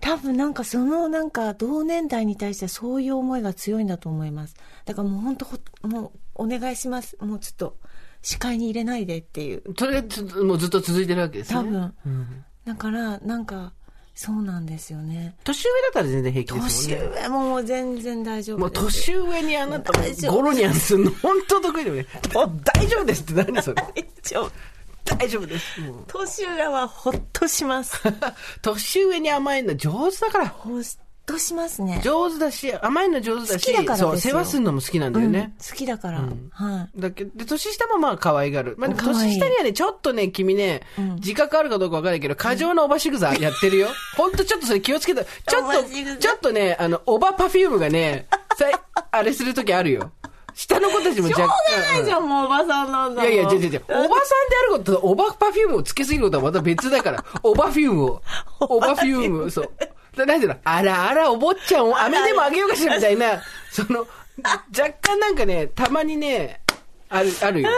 Speaker 4: 多分なんかそのなんか同年代に対してそういう思いが強いんだと思います。だからもう本当ほ、もうお願いします。もうちょっと視界に入れないでっていう。
Speaker 2: それがずもうずっと続いてるわけです
Speaker 4: 多
Speaker 2: よね。
Speaker 4: 分、だからなんかそうなんですよね
Speaker 2: 年上だったら全然平気です
Speaker 4: 年
Speaker 2: もんね。
Speaker 4: 上ももう全然大丈
Speaker 2: も
Speaker 4: 夫
Speaker 2: う
Speaker 4: です
Speaker 2: 年上にあなたも
Speaker 4: 大丈夫
Speaker 2: ゴロニャンするの本当得意だよね。お大丈夫ですって何
Speaker 4: [laughs]
Speaker 2: それ。
Speaker 4: 一応
Speaker 2: 大丈夫です。もう
Speaker 4: 年上はほっとします
Speaker 2: 年上に甘えるの上手だから。
Speaker 4: ほっとしますね
Speaker 2: 上手だし、甘えるの上手だし、
Speaker 4: 好きだからですよ
Speaker 2: そう、世話するのも好きなんだよ
Speaker 4: うん
Speaker 2: ね。
Speaker 4: 好きだから、はい
Speaker 2: だけど、で、年下もまあ可愛がる。まあでも
Speaker 4: 可愛い
Speaker 2: 年下にはね、ちょっとね、君ね、自覚あるかどうかわかんないけど、過剰なおばしぐざやってる
Speaker 4: [laughs]
Speaker 2: よ。ほんとちょっとそれ気をつけた。ちょっ
Speaker 4: おばしぐ
Speaker 2: と、
Speaker 4: ざ
Speaker 2: ちょっとね、あの、おばパフュームがね、さい、あれするときあるよ。下の子たちも若干。
Speaker 4: じゃあもうおばさんなん
Speaker 2: い
Speaker 4: だ
Speaker 2: やいや、
Speaker 4: も
Speaker 2: 違
Speaker 4: ん
Speaker 2: う違う違う。おばさんであることと、おばパフュームをつけすぎることはまた別だ [laughs] から。おばフュームを。おばフューム、そう。だなんていうのあらあら、お坊ちゃんを飴でもあげようかしらみたいな、その、若干なんかね、たまにね、ある、あるよ。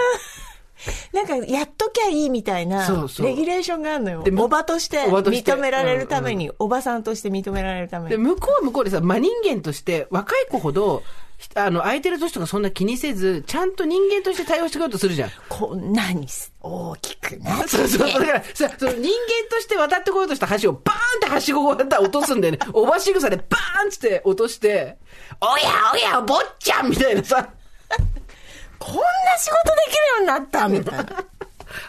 Speaker 4: なんかやっときゃいいみたいな
Speaker 2: そうそう
Speaker 4: レギュレーションがあるのよ
Speaker 2: でも
Speaker 4: おばとして
Speaker 2: おばとして
Speaker 4: 認められるために、おばさんとして認められるため
Speaker 2: で、
Speaker 4: に
Speaker 2: 向こうは向こうでさ、真人間として、若い子ほど、ひあの、空いてる年とかそんな気にせず、ちゃんと人間として対応してくれようとするじゃん。
Speaker 4: こんなにす大きくなって
Speaker 2: そうそう、だから、さその人間として渡ってこようとした橋をバーンってはしごを渡落とすんだよね。おばしぐさでバーンっつって落として、おやおや、坊ちゃんみたいなさ、
Speaker 4: こんな仕事できるようになったみたいな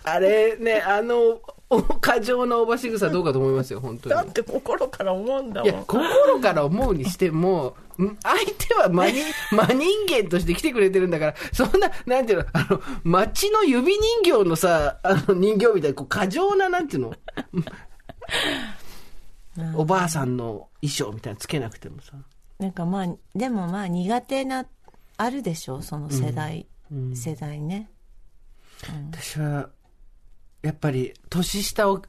Speaker 2: [laughs] あれね、あの、お過剰なおばしぐさどうかと思いますよ、本当に。
Speaker 4: て心から思うんだ
Speaker 2: いや、心から思うにしても、ん相手は真人、真人間として来てくれてるんだから、そんな、なんていうの、あの、街の指人形のさ、あの人形みたいな、こう、過剰な、なんていうの、おばあさんの衣装みたいなのつけなくてもさ。
Speaker 4: なんかまあでもまあ苦手なあるでしょその世代、世代ね
Speaker 2: 私は、やっぱり、年下を、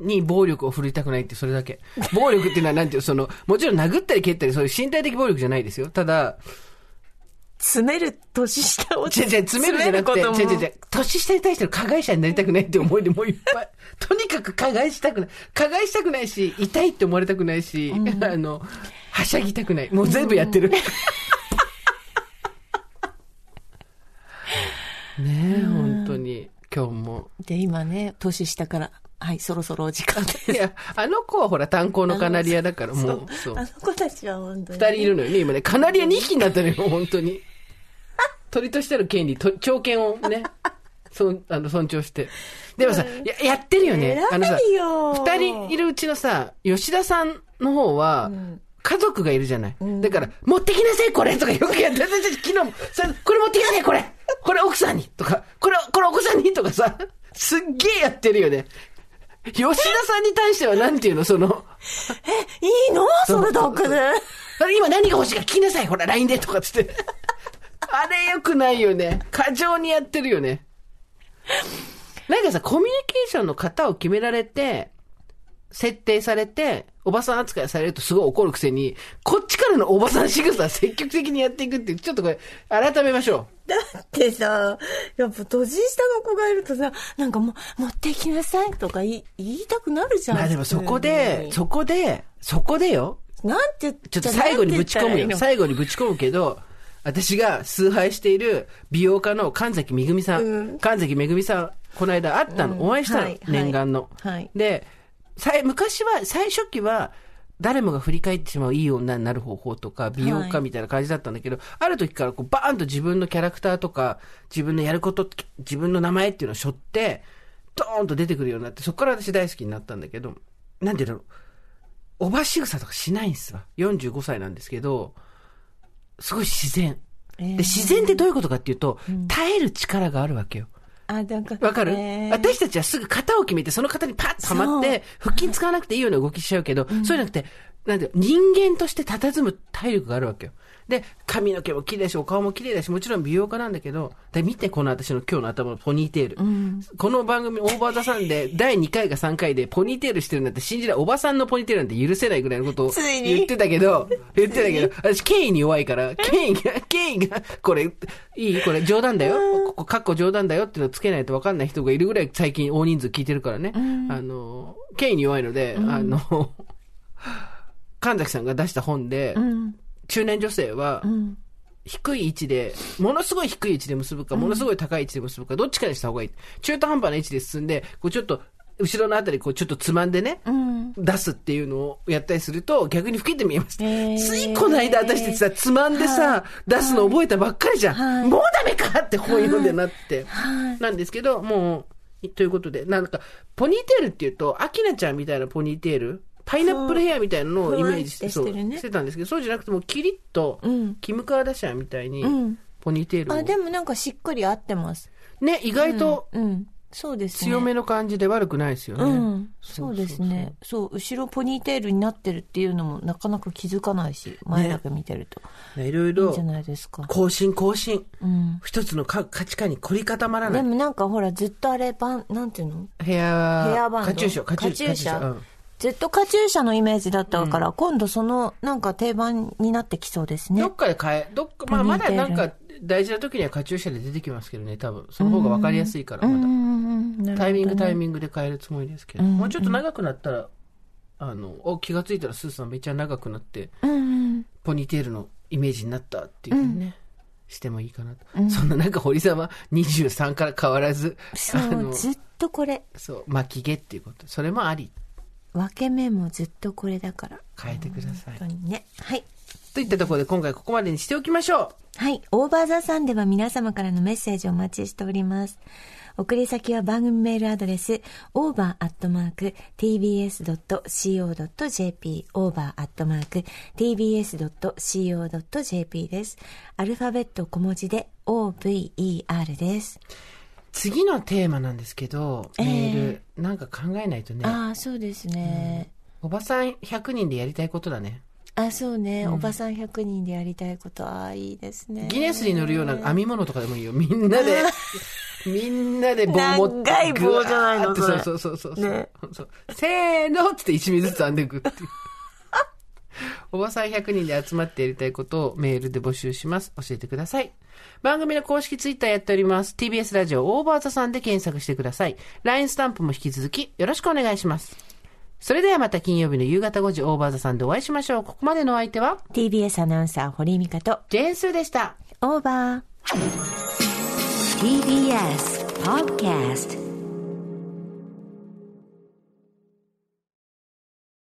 Speaker 2: に暴力を振るいたくないって、それだけ。暴力っていうのは、なんていうの、その、もちろん殴ったり蹴ったり、そういう身体的暴力じゃないですよ。ただ、
Speaker 4: 詰める年下を
Speaker 2: [laughs] 違う違う、詰めるじゃなくて、違
Speaker 4: 詰める
Speaker 2: う
Speaker 4: こと
Speaker 2: 違
Speaker 4: も
Speaker 2: う違う、年下に対しての加害者になりたくないって思いでもういっぱい。とにかく加害したくない。加害したくないし、痛いって思われたくないし、あの、はしゃぎたくない。もう全部やってる。ねえ、本当に。今日も。
Speaker 4: で今ね年下から
Speaker 3: はい、そろそろお時間です。
Speaker 2: いや、あの子はほら、炭鉱のカナリアだから、もう、そう
Speaker 3: あ。の子たちは本当に
Speaker 2: 二。人いるのよね、今ね。カナリア2匹になったのよ、本当に。鳥としての権利、と長権をね、そんあの尊重して。でもさ、ややってるよね。あのさ、
Speaker 3: 偉いよ
Speaker 2: 二人いるうちのさ、吉田さんの方は、家族がいるじゃない。だから、持ってきなさい、これとかよくやって
Speaker 3: [laughs]
Speaker 2: た。私たち昨日も、さこれ持ってきなさい、これこれ奥さんにとか、これ、これお子さんにとかさ、すっげえやってるよね。吉田さんに対してはなんていうのその、
Speaker 3: いいのそれだけで。
Speaker 2: あれ今何が欲しいか聞きなさい、ほら、LINE でとかっつ
Speaker 3: [laughs]
Speaker 2: って。あれよくないよね。過剰にやってるよね。なんかさ、コミュニケーションの型を決められて、設定されて、おばさん扱いされるとすごい怒るくせに、こっちからのおばさん仕草積極的にやっていくっていう、ちょっとこれ、改めましょ
Speaker 3: だってさ、やっぱ年下の子がいるとさ、なんかもう、持ってきなさいとか言い言いたくなるじ
Speaker 2: う。
Speaker 3: ゃん。
Speaker 2: まあでもそこ
Speaker 3: 普通
Speaker 2: で、
Speaker 3: に
Speaker 2: そこで、そこでよ。
Speaker 3: なんて言っ
Speaker 2: ちょっと最後にぶち込むよ。
Speaker 3: 後。
Speaker 2: 最後にぶち込むけど、私が崇拝している美容家の神崎めぐみさん。
Speaker 3: うん
Speaker 2: 神崎めぐみさん、この間会ったの、
Speaker 3: うん
Speaker 2: お会いしたの、
Speaker 3: はい
Speaker 2: 念願の。
Speaker 3: はい
Speaker 2: で、さい昔は、最初期は、誰もが振り返ってしまういい女になる方法とか、美容
Speaker 3: は
Speaker 2: 家
Speaker 3: い
Speaker 2: みたいな感じだったんだけど、ある時からこうバーンと自分のキャラクターとか、自分のやること、自分の名前っていうのを背負って、ドーンと出てくるようになって、そこから私大好きになったんだけど、なんていうの、おばしぐさとかしないんですわ。45歳なんですけど、すごい自然。
Speaker 3: えー
Speaker 2: で、自然ってどういうことかっていうと、耐える力があるわけよ。
Speaker 3: あ、なんか。
Speaker 2: わかる、
Speaker 3: えー
Speaker 2: 私たちはすぐ型を決めて、その型にパッとはまって、腹筋使わなくていいような動きしちゃうけど、そうじゃなくて、なんていうの人間として佇む体力があるわけよ。で、髪の毛も綺麗だし、お顔も綺麗だし、もちろん美容家なんだけど、で、見て、この私の今日の頭のポニーテール。この番組、オーバーザさんで、第2回か3回で、ポニーテールしてるなんて信じない、おばさんのポニーテールなんて許せないぐらいのことを
Speaker 3: ついに
Speaker 2: 言ってたけ
Speaker 3: [laughs]
Speaker 2: ど、言ってたけど、私、権威に弱いから、権威が、権威が、これ、いいこれ、冗談だよ。ここ、かっこ冗談だよっていうのつけないと分かんない人がいるぐらい、最近大人数聞いてるからね。あの、権威に弱いので、あの、神崎さんが出した本で、
Speaker 3: うん。
Speaker 2: 中年女性は
Speaker 3: う、ん。
Speaker 2: 低い位置で、ものすごい低い位置で結ぶか、ものすごい高い位置で結ぶか、どっちかにした方がいい。中途半端な位置で進んで、こうちょっと、後ろのあたり、こ [laughs] うちょっとつまんでね、
Speaker 3: うん。
Speaker 2: 出すっていうのをやったりすると、逆に老けて見えます。つ
Speaker 3: へー
Speaker 2: いこの間私たちさ、つまんでさ、出すの覚えたばっかりじゃ
Speaker 3: は
Speaker 2: ん。
Speaker 3: い
Speaker 2: もうダメかって本読んでなって
Speaker 3: は。
Speaker 2: なんですけど、もう、ということで、なんか、ポニーテールっていうと、アキナちゃんみたいなポニーテール、パイナップルヘアみたいなのをイメージして、
Speaker 3: そう
Speaker 2: そう
Speaker 3: ふわってしてるね
Speaker 2: してたんですけど、そうじゃなくてもうキリッと
Speaker 3: うん、
Speaker 2: キム・カーダシャンみたいに
Speaker 3: うん、
Speaker 2: ポニーテール
Speaker 3: あ、で
Speaker 2: を。
Speaker 3: もなんかしっくり合ってます。
Speaker 2: ね、意外と
Speaker 3: うん。そうですね。
Speaker 2: 強めの感じで悪くないです
Speaker 3: う
Speaker 2: よね。
Speaker 3: ん、そうですねそう後ろポニーテールになってるっていうのもなかなか気づかないし前だけ見てると、
Speaker 2: いろい
Speaker 3: いい
Speaker 2: ろ
Speaker 3: じゃ、ないですか、
Speaker 2: 更新更新。
Speaker 3: うん、
Speaker 2: 一つのか価値観に凝り固まらな
Speaker 3: で
Speaker 2: い。
Speaker 3: もなんかほらずっとあれバンなんていうの
Speaker 2: ヘア、
Speaker 3: ヘアバンド
Speaker 2: カチューシャ、カチュー
Speaker 3: カチ
Speaker 2: シャ。
Speaker 3: ューシャ
Speaker 2: カチューシャうん
Speaker 3: ずっとカチューシャのイメージだったから、今度そのなんか定番になってきそうですね
Speaker 2: どっかで変え、どっか、まあ
Speaker 3: ポニ
Speaker 2: ま
Speaker 3: ーテ
Speaker 2: だ
Speaker 3: ール
Speaker 2: なんか大事な時にはカチューシャで出てきますけどね、多分。その方がわかりやすいから、
Speaker 3: うんうんう
Speaker 2: ま
Speaker 3: んなるほどね
Speaker 2: だ。タイミングタイミングで変えるつもりですけど。
Speaker 3: うん
Speaker 2: もうちょっと長くなったら、あの、お気がついたらスーさんめっちゃ長くなって、
Speaker 3: うんうん
Speaker 2: ポニーテールのイメージになったっていうね。してもいいかなと、そんななんか堀さんは23から変わらず
Speaker 3: そ
Speaker 2: あ
Speaker 3: う
Speaker 2: の
Speaker 3: ずっとこれ
Speaker 2: そう巻き毛っていうことそれもあり
Speaker 3: 分け目もずっとこれだから
Speaker 2: 変えてください
Speaker 3: 本当にねはい
Speaker 2: といったところで今回ここまでにしておきましょう
Speaker 3: はい。オーバーザさんでは皆様からのメッセージをお待ちしております。送り先は番組メールアドレス over.tbs.co.jp over.tbs.co.jp です。アルファベット小文字で over です。
Speaker 2: 次のテーマなんですけど、
Speaker 3: ええ
Speaker 2: メールなんか考えないとね
Speaker 3: ああ、そうですね。
Speaker 2: おばさん100人でやりたいことだね
Speaker 3: あそうね、おばさん100人でやりたいことああいいですね。
Speaker 2: ギネスに乗るような編み物とかでもいいよみんな
Speaker 3: [laughs]
Speaker 2: でみんなで棒持って
Speaker 3: 長い棒じゃないの
Speaker 2: ぐわーって
Speaker 3: それ
Speaker 2: そうそうそうそう、
Speaker 3: ね
Speaker 2: そうせーのっつって一味ずつ編んでいくっ
Speaker 3: [laughs]
Speaker 2: ていうおばさん100人で集まってやりたいことをメールで募集します。教えてください。番組の公式ツイッターやっております。TBS ラジオオーバーザさんで検索してください。LINE スタンプも引き続きよろしくお願いします。それではまた金曜日の夕方5時オーバーザさんでお会いしましょう。ここまでのお相手は
Speaker 3: TBS アナウンサー堀井美香と
Speaker 2: ジェーンスーでした。
Speaker 3: オーバー。
Speaker 1: TBS Podcast